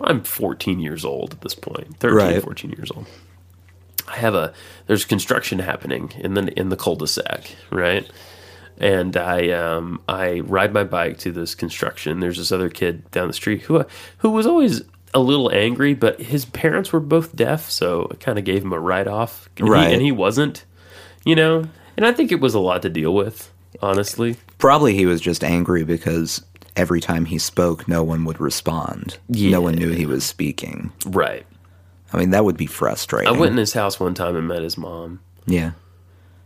Speaker 2: I'm 14 years old at this point, 13,
Speaker 1: Right.
Speaker 2: 14 years old. I have a there's construction happening in the in the cul-de-sac, right? And I um I ride my bike to this construction. There's this other kid down the street who uh, who was always a little angry, but his parents were both deaf, so it kind of gave him a write off.
Speaker 1: Right.
Speaker 2: and he wasn't, you know. And I think it was a lot to deal with, honestly.
Speaker 1: Probably he was just angry because every time he spoke, no one would respond. No one knew he was speaking.
Speaker 2: Right.
Speaker 1: I mean, that would be frustrating.
Speaker 2: I went in his house one time and met his mom.
Speaker 1: Yeah.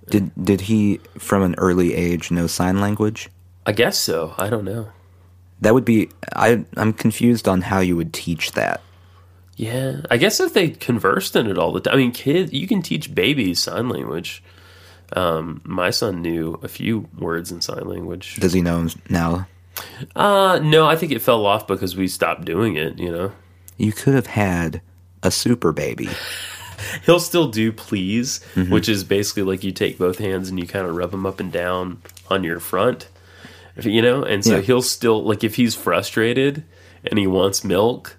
Speaker 1: Did did he from an early age know sign language?
Speaker 2: I guess so. I don't know.
Speaker 1: That would be I I'm confused on how you would teach that.
Speaker 2: Yeah, I guess if they conversed in it all the time. I mean, kids, you can teach babies sign language. Um, my son knew a few words in sign language.
Speaker 1: Does he know now?
Speaker 2: Uh, no, I think it fell off because we stopped doing it. You know,
Speaker 1: You could have had a super baby.
Speaker 2: he'll still do please,
Speaker 1: Mm-hmm.
Speaker 2: which is basically like you take both hands and you kind of rub them up and down on your front. If- You know, and so
Speaker 1: Yeah.
Speaker 2: he'll still like if he's frustrated and he wants milk.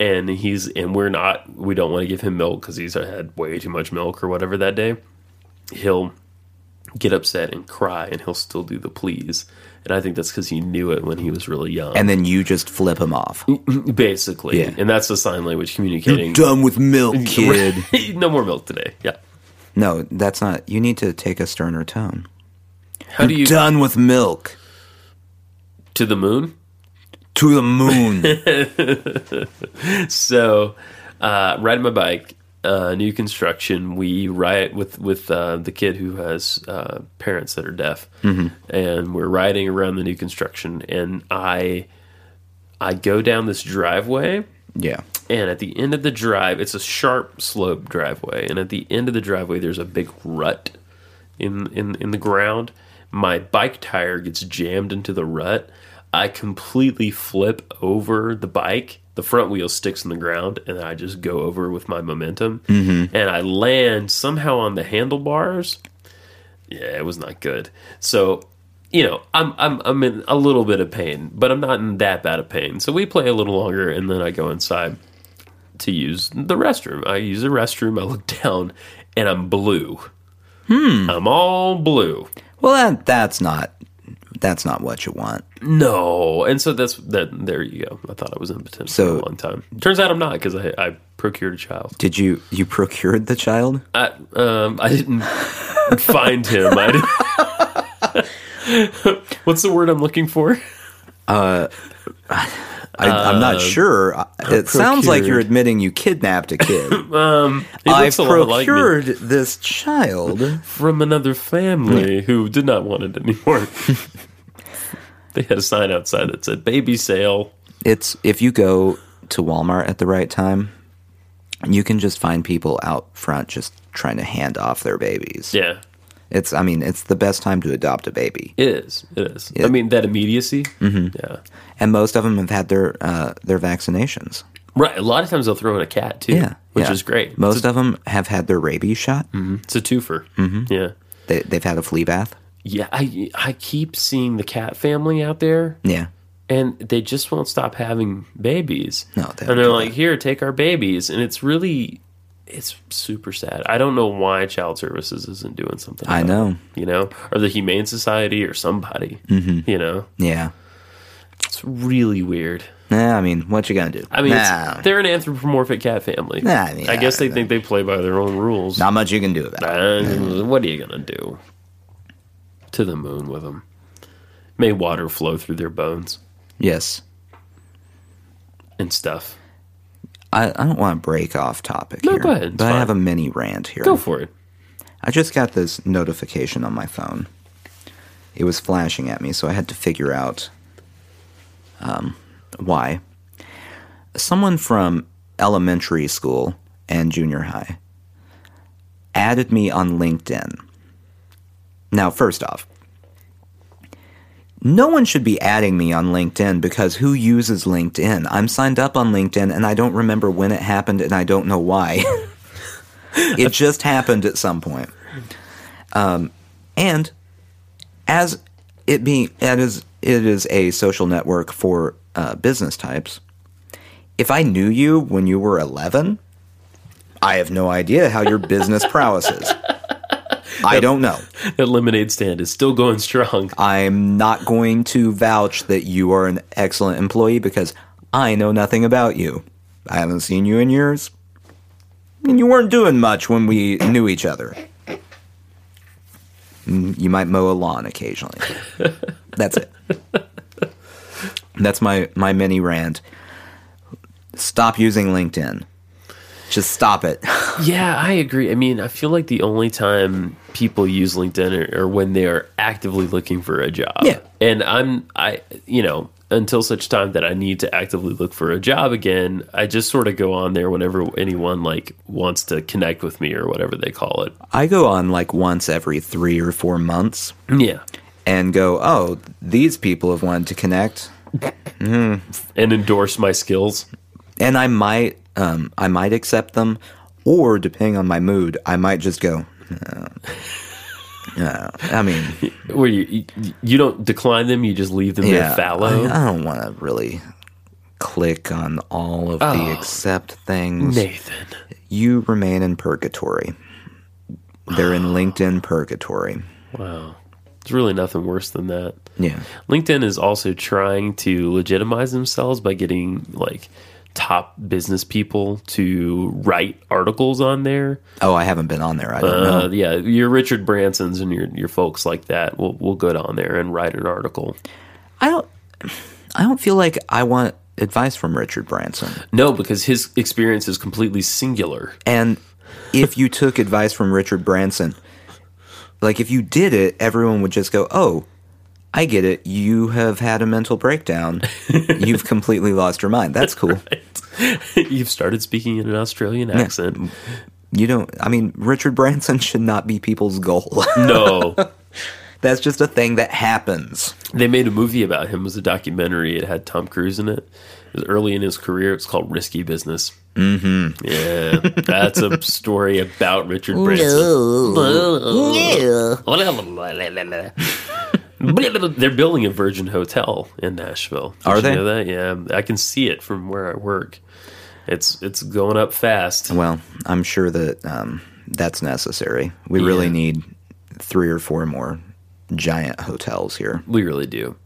Speaker 2: And he's and we're not we don't want to give him milk because he's had way too much milk or whatever that day. he'll get upset and cry and he'll still do the please and i think that's because he knew it when he was really young
Speaker 1: And then you just flip him off.
Speaker 2: Mm-hmm. basically
Speaker 1: Yeah.
Speaker 2: and that's the sign language communicating
Speaker 1: Done with milk,
Speaker 2: Mm-hmm.
Speaker 1: kid.
Speaker 2: no more milk today yeah
Speaker 1: No, that's not. You need to take a sterner tone.
Speaker 2: how do you
Speaker 1: Done with milk.
Speaker 2: to the moon
Speaker 1: To the moon.
Speaker 2: so uh, riding my bike uh, new construction we ride with with uh, the kid who has uh, parents that are deaf and we're riding around the new construction and i i go down this driveway
Speaker 1: yeah.
Speaker 2: And at the end of the drive, it's a sharp slope driveway. And at the end of the driveway, there's a big rut in in in the ground. My bike tire gets jammed into the rut. I completely flip over the bike. The front wheel sticks in the ground, and I just go over with my momentum. And I land somehow on the handlebars. Yeah, it was not good. So, you know, I'm I'm I'm in a little bit of pain, but I'm not in that bad of pain. So we play a little longer, and then I go inside to use the restroom. I use the restroom. I look down, and I'm blue. Hmm. I'm all blue.
Speaker 1: Well, that, that's not. That's not what you want.
Speaker 2: No, and so that's that. There you go. I thought I was impotent
Speaker 1: So-
Speaker 2: for a long time. Turns out I'm not because I, I procured a child.
Speaker 1: Did you you procured the child?
Speaker 2: I um I didn't find him. I didn't. What's the word I'm looking for?
Speaker 1: I, I'm not sure. I- It sounds like you're
Speaker 2: Uh, procured.
Speaker 1: admitting you kidnapped a kid.
Speaker 2: He
Speaker 1: I
Speaker 2: looks a lot like me.
Speaker 1: procured this child.
Speaker 2: from another family who did not want it anymore. they had a sign outside that said "baby sale."
Speaker 1: It's if you go to Walmart at the right time, you can just find people out front just trying to hand off their babies.
Speaker 2: Yeah,
Speaker 1: It's I mean, it's the best time to adopt a baby.
Speaker 2: it is. It is. I mean that immediacy. Mm-hmm. Yeah,
Speaker 1: And most of them have had their uh, their vaccinations.
Speaker 2: right. A lot of times they'll throw in a cat too.
Speaker 1: Yeah.
Speaker 2: which
Speaker 1: yeah.
Speaker 2: is great. Mm.
Speaker 1: Most of them have had their rabies shot.
Speaker 2: It's a twofer. Mm-hmm. Yeah,
Speaker 1: They, they've had a flea bath.
Speaker 2: yeah. I I keep seeing the cat family out there.
Speaker 1: Yeah.
Speaker 2: and they just won't stop having babies.
Speaker 1: No, they don't
Speaker 2: and they're
Speaker 1: do
Speaker 2: like, "Here, take our babies," and it's really, it's super sad. I don't know why Child Services isn't doing something.
Speaker 1: I
Speaker 2: about it,
Speaker 1: know.
Speaker 2: you know, or the Humane Society or somebody. Mm-hmm. You know,
Speaker 1: Yeah.
Speaker 2: it's really weird.
Speaker 1: Nah, I mean, what you gonna do?
Speaker 2: I mean,
Speaker 1: nah,
Speaker 2: it's, they're an anthropomorphic cat family.
Speaker 1: Nah, I mean,
Speaker 2: guess
Speaker 1: I
Speaker 2: they think they play by their own rules.
Speaker 1: not much you can do about it.
Speaker 2: Uh, what are you gonna do? To the moon with them. May water flow through their bones
Speaker 1: Yes.
Speaker 2: and stuff.
Speaker 1: I, I don't want to break off topic
Speaker 2: No,
Speaker 1: here,
Speaker 2: go ahead, it's
Speaker 1: but I
Speaker 2: fine.
Speaker 1: have a mini rant here.
Speaker 2: Go for it.
Speaker 1: I just got this notification on my phone. It was flashing at me, so I had to figure out um, why. Someone from elementary school and junior high added me on LinkedIn. Now, first off, no one should be adding me on LinkedIn because who uses LinkedIn? I'm signed up on LinkedIn and I don't remember when it happened and I don't know why. it just happened at some point Um, And as it being it is it is a social network for uh, business types. If I knew you when you were 11, I have no idea how your business prowess is. I don't know.
Speaker 2: That lemonade stand is still going strong.
Speaker 1: I'm not going to vouch that you are an excellent employee because I know nothing about you. I haven't seen you in years. And you weren't doing much when we knew each other. Mm, You might mow a lawn occasionally. That's it. That's my, my mini rant. Stop using LinkedIn. Just stop it.
Speaker 2: Yeah, I agree. I mean, I feel like the only time people use LinkedIn are, are when they are actively looking for a job.
Speaker 1: Yeah.
Speaker 2: And I'm, I, you know, until such time that I need to actively look for a job again, I just sort of go on there whenever anyone like wants to connect with me or whatever they call it.
Speaker 1: I go on like once every three or four months.
Speaker 2: Yeah.
Speaker 1: and go, oh, these people have wanted to connect,
Speaker 2: And endorse my skills.
Speaker 1: and I might, um, I might accept them, or depending on my mood, I might just go. "Uh, uh, I mean,
Speaker 2: Where you, you you don't decline them, you just leave them
Speaker 1: yeah,
Speaker 2: there fallow.
Speaker 1: I, I don't want to really click on all of the
Speaker 2: Oh.
Speaker 1: accept things.
Speaker 2: Nathan.
Speaker 1: You remain in purgatory. They're in LinkedIn purgatory.
Speaker 2: Wow. It's really nothing worse than that.
Speaker 1: Yeah,
Speaker 2: LinkedIn is also trying to legitimize themselves by getting like top business people to write articles on there.
Speaker 1: Oh, I haven't been on there. I don't know.
Speaker 2: Uh, yeah, your Richard Bransons and your your folks like that will will go down there and write an article.
Speaker 1: I don't. I don't feel like I want advice from Richard Branson.
Speaker 2: No, because his experience is completely singular.
Speaker 1: And if you took advice from Richard Branson, like if you did it, everyone would just go, "Oh, I get it. You have had a mental breakdown. You've completely lost your mind. That's cool.
Speaker 2: You've started speaking in an Australian accent.
Speaker 1: You don't. I mean, Richard Branson should not be people's goal.
Speaker 2: No.
Speaker 1: That's just a thing that happens.
Speaker 2: They made a movie about him. It was a documentary. It had Tom Cruise in it. It was early in his career. It's called Risky Business. Mm-hmm. Yeah, that's a story about Richard Branson. They're building a Virgin Hotel in Nashville. Did
Speaker 1: Are
Speaker 2: you
Speaker 1: they?
Speaker 2: Know that? Yeah, I can see it from where I work. It's it's going up fast.
Speaker 1: Well, I'm sure that um, that's necessary. We really
Speaker 2: Yeah.
Speaker 1: need three or four more giant hotels here.
Speaker 2: We really do.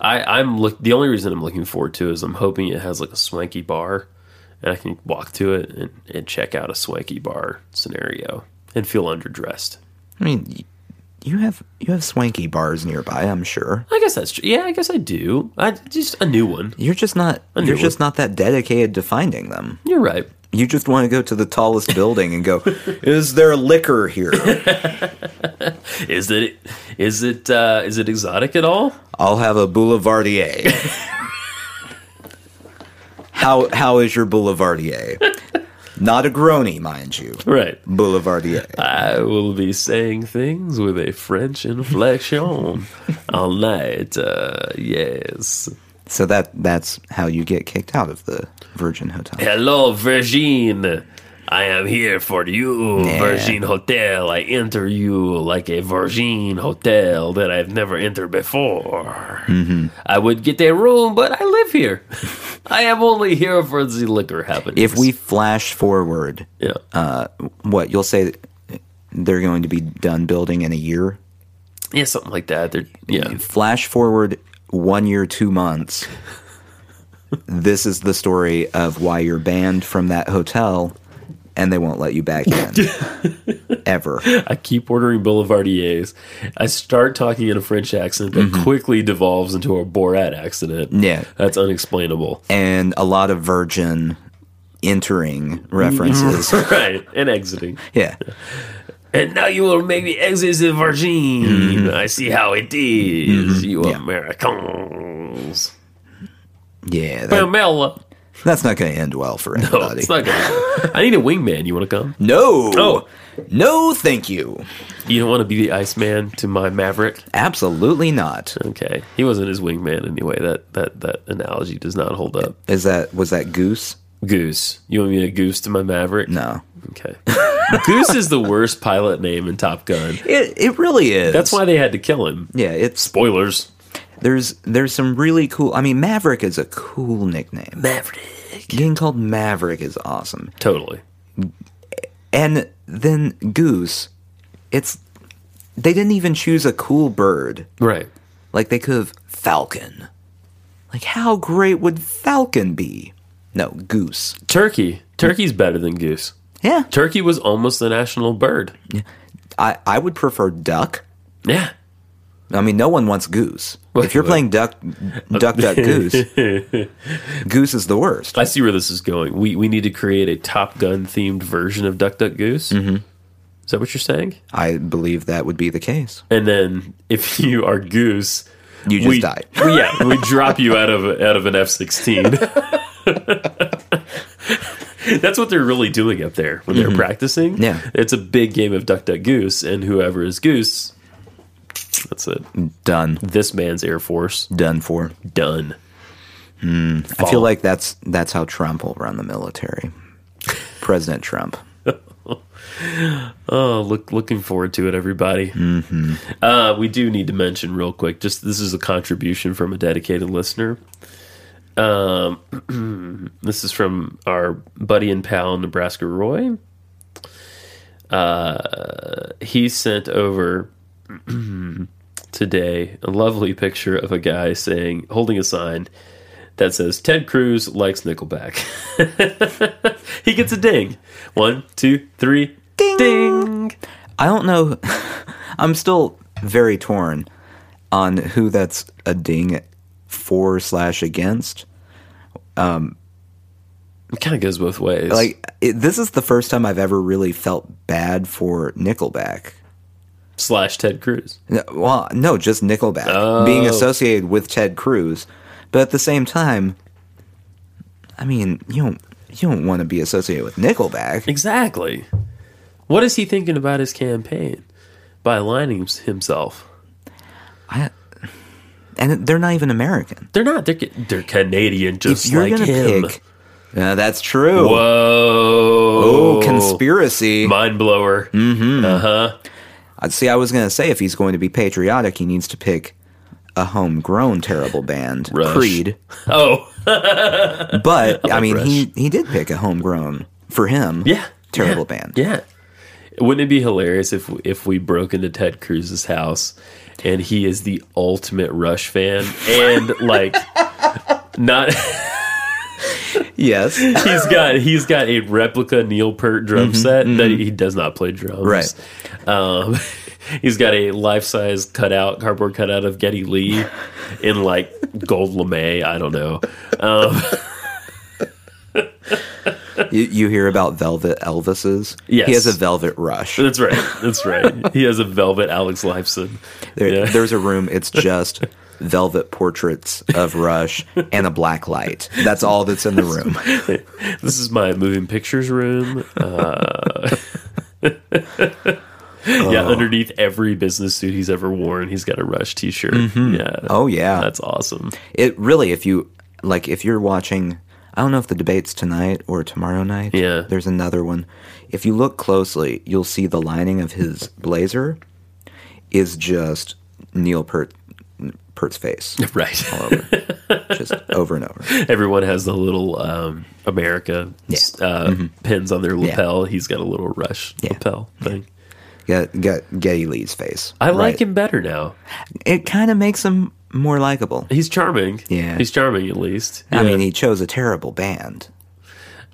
Speaker 2: I, I'm look. The only reason I'm looking forward to is I'm hoping it has like a swanky bar, and I can walk to it and, and check out a swanky bar scenario and feel underdressed.
Speaker 1: I mean, y- you have you have swanky bars nearby. I'm sure.
Speaker 2: I guess that's true. Yeah, I guess I do. I just a new one.
Speaker 1: You're just not
Speaker 2: knew
Speaker 1: you're
Speaker 2: it.
Speaker 1: just not that dedicated to finding them.
Speaker 2: You're right.
Speaker 1: You just want to go to the tallest building and go, is there liquor here?
Speaker 2: Is it is it uh, is it exotic at all?
Speaker 1: I'll have a boulevardier. how how is your boulevardier? Not a grony, mind you.
Speaker 2: Right.
Speaker 1: Boulevardier.
Speaker 2: I will be saying things with a French inflection all night. Uh, yes.
Speaker 1: So that that's how you get kicked out of the Virgin Hotel.
Speaker 2: Hello, Virgin. I am here for you, Virgin Hotel. I enter you like a Virgin Hotel that I've never entered before.
Speaker 1: Mm-hmm.
Speaker 2: I would get a room, but I live here. I am only here for the liquor happening.
Speaker 1: If we flash forward,
Speaker 2: yeah,
Speaker 1: uh, what you'll say they're going to be done building in a year.
Speaker 2: yeah, something like that. They're, yeah,
Speaker 1: flash forward one year, two months. this is the story of why you're banned from that hotel and they won't let you back in. Ever.
Speaker 2: I keep ordering boulevardiers. I start talking in a French accent that quickly devolves into a Borat accident.
Speaker 1: Mm-hmm. Yeah.
Speaker 2: that's unexplainable.
Speaker 1: And a lot of virgin entering references.
Speaker 2: right, and exiting.
Speaker 1: yeah.
Speaker 2: And now you will make me exit the virgin. I see how it is, you
Speaker 1: Mm-hmm. Yeah.
Speaker 2: Americans.
Speaker 1: Yeah. that-
Speaker 2: Pamela.
Speaker 1: that's not going to end well for
Speaker 2: Oh,
Speaker 1: anybody.
Speaker 2: it's not good. I need a wingman. You want to come?
Speaker 1: no.
Speaker 2: Oh.
Speaker 1: No, thank you.
Speaker 2: You don't want to be the Iceman to my Maverick?
Speaker 1: Absolutely not.
Speaker 2: Okay. He wasn't his wingman anyway. That, that, that analogy does not hold up.
Speaker 1: Is that was that goose?
Speaker 2: Goose. You want me a goose to my Maverick?
Speaker 1: No.
Speaker 2: Okay. Goose is the worst pilot name in Top Gun.
Speaker 1: It it really is.
Speaker 2: That's why they had to kill him.
Speaker 1: Yeah, it's
Speaker 2: Spoilers.
Speaker 1: there's there's some really cool. I mean, Maverick is a cool nickname.
Speaker 2: Maverick.
Speaker 1: Getting called Maverick is awesome.
Speaker 2: Totally.
Speaker 1: And then Goose, it's they didn't even choose a cool bird.
Speaker 2: Right.
Speaker 1: Like they could have Falcon. Like how great would Falcon be? No, Goose.
Speaker 2: Turkey. Turkey's better than goose.
Speaker 1: Yeah.
Speaker 2: Turkey was almost the national bird.
Speaker 1: I, I would prefer duck.
Speaker 2: Yeah.
Speaker 1: I mean, no one wants goose.
Speaker 2: Wait,
Speaker 1: if you're
Speaker 2: what?
Speaker 1: playing duck, duck, duck, goose, goose is the worst.
Speaker 2: I see where this is going. We we need to create a Top Gun themed version of Duck Duck Goose. Mm-hmm. Is that what you're saying?
Speaker 1: I believe that would be the case.
Speaker 2: And then if you are goose,
Speaker 1: You just
Speaker 2: we,
Speaker 1: die.
Speaker 2: we- yeah, we drop you out of out of an F sixteen. That's what they're really doing up there when they're practicing.
Speaker 1: Mm-hmm. Yeah.
Speaker 2: it's a big game of duck, duck, goose, and whoever is goose, that's it.
Speaker 1: Done.
Speaker 2: This man's Air Force
Speaker 1: Done for.
Speaker 2: done.
Speaker 1: I feel like that's that's how Trump will run the military. President Trump.
Speaker 2: Oh, look, looking forward to it, everybody. Mm-hmm. Uh, we do need to mention real quick. Just this is a contribution from a dedicated listener. Um, this is from our buddy and pal, Nebraska Roy. Uh, he sent over today a lovely picture of a guy saying, holding a sign that says Ted Cruz likes Nickelback. he gets a ding. One, two, three.
Speaker 1: Ding.
Speaker 2: Ding.
Speaker 1: I don't know. I'm still very torn on who that's a ding for slash against.
Speaker 2: It kind of goes both ways.
Speaker 1: Like it, this is the first time I've ever really felt bad for Nickelback.
Speaker 2: slash Ted Cruz.
Speaker 1: No, well, no, just Nickelback being associated with Ted Cruz, but at the same time, I mean, you don't you don't want to be associated with Nickelback.
Speaker 2: Exactly. What is he thinking about his campaign by aligning hims- himself?
Speaker 1: I, and they're not even American.
Speaker 2: They're not. They're ca- they're Canadian, just
Speaker 1: if you're
Speaker 2: like
Speaker 1: gonna
Speaker 2: him.
Speaker 1: pick, Yeah, that's true.
Speaker 2: Whoa!
Speaker 1: Oh, conspiracy! Hmm.
Speaker 2: Mind blower.
Speaker 1: Uh, See, I was gonna say if he's going to be patriotic, he needs to pick a homegrown terrible band,
Speaker 2: Rush.
Speaker 1: Creed.
Speaker 2: Oh,
Speaker 1: But I mean, he he did pick a homegrown for him.
Speaker 2: yeah.
Speaker 1: terrible
Speaker 2: yeah,
Speaker 1: band.
Speaker 2: Yeah. Wouldn't it be hilarious if if we broke into Ted Cruz's house and he is the ultimate Rush fan and like not.
Speaker 1: Yes.
Speaker 2: he's got he's got a replica Neil Peart drum set that he does not play drums.
Speaker 1: Mm-hmm, Right.
Speaker 2: Um, he's got a life size cutout, cardboard cutout of Getty Lee in like gold lame. I don't know.
Speaker 1: You, you hear about Velvet Elvises?
Speaker 2: Yes.
Speaker 1: He has a Velvet Rush.
Speaker 2: That's right. That's right. he has a velvet Alex Lifeson.
Speaker 1: There,
Speaker 2: Yeah.
Speaker 1: There's a room, it's just velvet portraits of Rush and a black light. That's all that's in the room.
Speaker 2: This is my moving pictures room. Uh, yeah,
Speaker 1: Oh.
Speaker 2: underneath every business suit he's ever worn, he's got a Rush T-shirt. Yeah.
Speaker 1: Oh, yeah.
Speaker 2: That's awesome.
Speaker 1: It really, if you, like, if you're watching, I don't know if the debate's tonight or tomorrow night.
Speaker 2: Yeah.
Speaker 1: There's another one. If you look closely, you'll see the lining of his blazer is just Neil Peart, Peart's face
Speaker 2: Right.
Speaker 1: all over, just over and over.
Speaker 2: Everyone has the little um, America uh,
Speaker 1: Mm-hmm.
Speaker 2: pins on their lapel. He's got a little rush lapel thing.
Speaker 1: Get, get Getty Lee's face.
Speaker 2: I like
Speaker 1: Right.
Speaker 2: him better now.
Speaker 1: It kind of makes him more likable.
Speaker 2: He's charming.
Speaker 1: Yeah.
Speaker 2: he's charming at least.
Speaker 1: I
Speaker 2: Yeah.
Speaker 1: mean, he chose a terrible band.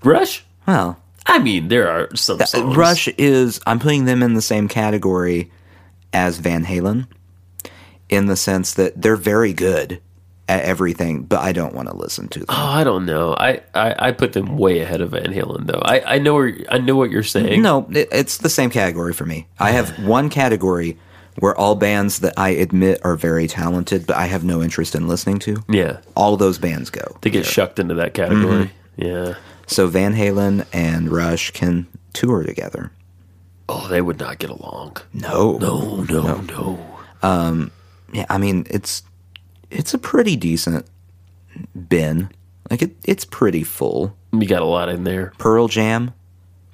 Speaker 2: Rush.
Speaker 1: Well,
Speaker 2: I mean, there are some songs.
Speaker 1: Rush is. I'm putting them in the same category as Van Halen, in the sense that they're very good at everything, but I don't want to listen to them.
Speaker 2: Oh, I don't know. I, I, I put them way ahead of Van Halen though. I, I know where, I know what you're saying.
Speaker 1: No, it, it's the same category for me. I have one category where all bands that I admit are very talented, but I have no interest in listening to.
Speaker 2: Yeah,
Speaker 1: All those bands go.
Speaker 2: they get shucked into that category.
Speaker 1: Mm-hmm.
Speaker 2: Yeah.
Speaker 1: So Van Halen and Rush can tour together.
Speaker 2: Oh, they would not get along.
Speaker 1: No.
Speaker 2: No, no, no.
Speaker 1: Yeah, I mean it's it's a pretty decent bin. Like it, it's pretty full.
Speaker 2: You got a lot in there.
Speaker 1: Pearl Jam,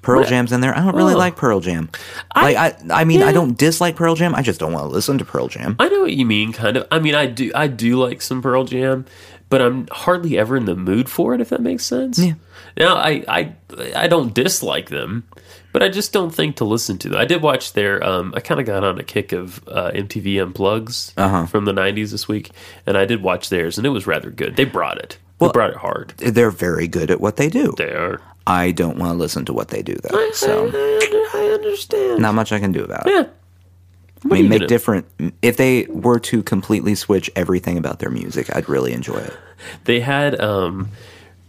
Speaker 1: Pearl
Speaker 2: Really?
Speaker 1: Jam's in there. I don't really like Pearl Jam.
Speaker 2: oh. I-
Speaker 1: like I, I mean,
Speaker 2: yeah.
Speaker 1: I don't dislike Pearl Jam. I just don't want to listen to Pearl Jam.
Speaker 2: I know what you mean, kind of. I mean, I do, I do like some Pearl Jam, but I'm hardly ever in the mood for it. If that makes sense.
Speaker 1: Yeah.
Speaker 2: Now, I, I, I don't dislike them, but I just don't think to listen to them. I did watch their. Um, I kind of got on a kick of uh, MTV Unplugs
Speaker 1: Uh-huh.
Speaker 2: from the '90s this week, and I did watch theirs, and it was rather good. They brought it.
Speaker 1: Well-
Speaker 2: they brought it hard.
Speaker 1: They're very good at what they do.
Speaker 2: They are.
Speaker 1: I don't want to listen to what they do though. So
Speaker 2: I, I understand.
Speaker 1: not much I can do about it.
Speaker 2: Yeah.
Speaker 1: I
Speaker 2: What are
Speaker 1: mean,
Speaker 2: you
Speaker 1: make
Speaker 2: gonna-
Speaker 1: different. If they were to completely switch everything about their music, I'd really enjoy it.
Speaker 2: they had um,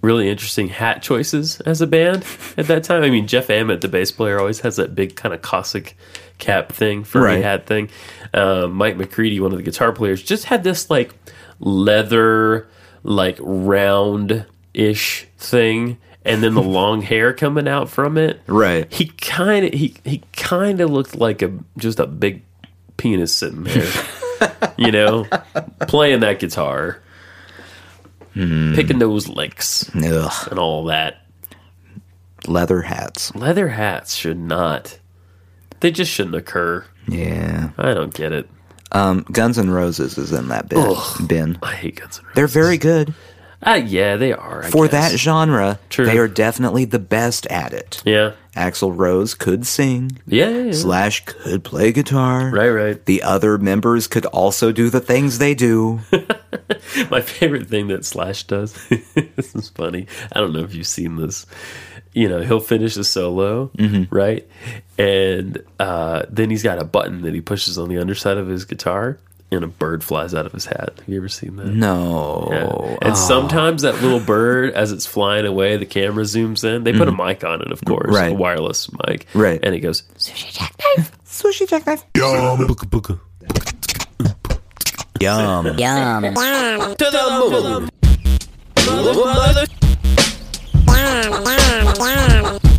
Speaker 2: really interesting hat choices as a band at that time. I mean, Jeff Ammett, the bass player, always has that big kind of Cossack cap thing, furry
Speaker 1: Right.
Speaker 2: hat thing. Uh, Mike McCready, one of the guitar players, just had this like leather, like round ish thing. And then the long hair coming out from it.
Speaker 1: Right.
Speaker 2: He kind of he he kind of looked like a just a big penis sitting there, you know, playing that guitar,
Speaker 1: Hmm.
Speaker 2: picking those licks
Speaker 1: Ugh,
Speaker 2: and all that.
Speaker 1: leather hats.
Speaker 2: Leather hats should not. They just shouldn't occur.
Speaker 1: Yeah.
Speaker 2: I don't get it.
Speaker 1: Um, Guns N' Roses is in that bin. bin.
Speaker 2: I hate Guns N' Roses.
Speaker 1: They're very good
Speaker 2: Ah, yeah, they are. I
Speaker 1: for
Speaker 2: guess.
Speaker 1: that genre.
Speaker 2: True.
Speaker 1: They are definitely the best at it.
Speaker 2: Yeah.
Speaker 1: Axl Rose could sing.
Speaker 2: Yeah. yeah, yeah.
Speaker 1: Slash could play guitar.
Speaker 2: Right, right.
Speaker 1: The other members could also do the things they do.
Speaker 2: My favorite thing that Slash does. this is funny. I don't know if you've seen this. You know, he'll finish a solo, right? And uh, then he's got a button that he pushes on the underside of his guitar, and a bird flies out of his hat. Have you ever seen that?
Speaker 1: No.
Speaker 2: Yeah. And sometimes that little bird, as it's flying away, the camera zooms in. They put a mic on it, of course,
Speaker 1: Right.
Speaker 2: a wireless mic.
Speaker 1: Right.
Speaker 2: And it goes,
Speaker 1: Sushi jackknife. Yum. Yum.
Speaker 3: Yum.
Speaker 4: the moon.
Speaker 3: Yum. Yum. Yum.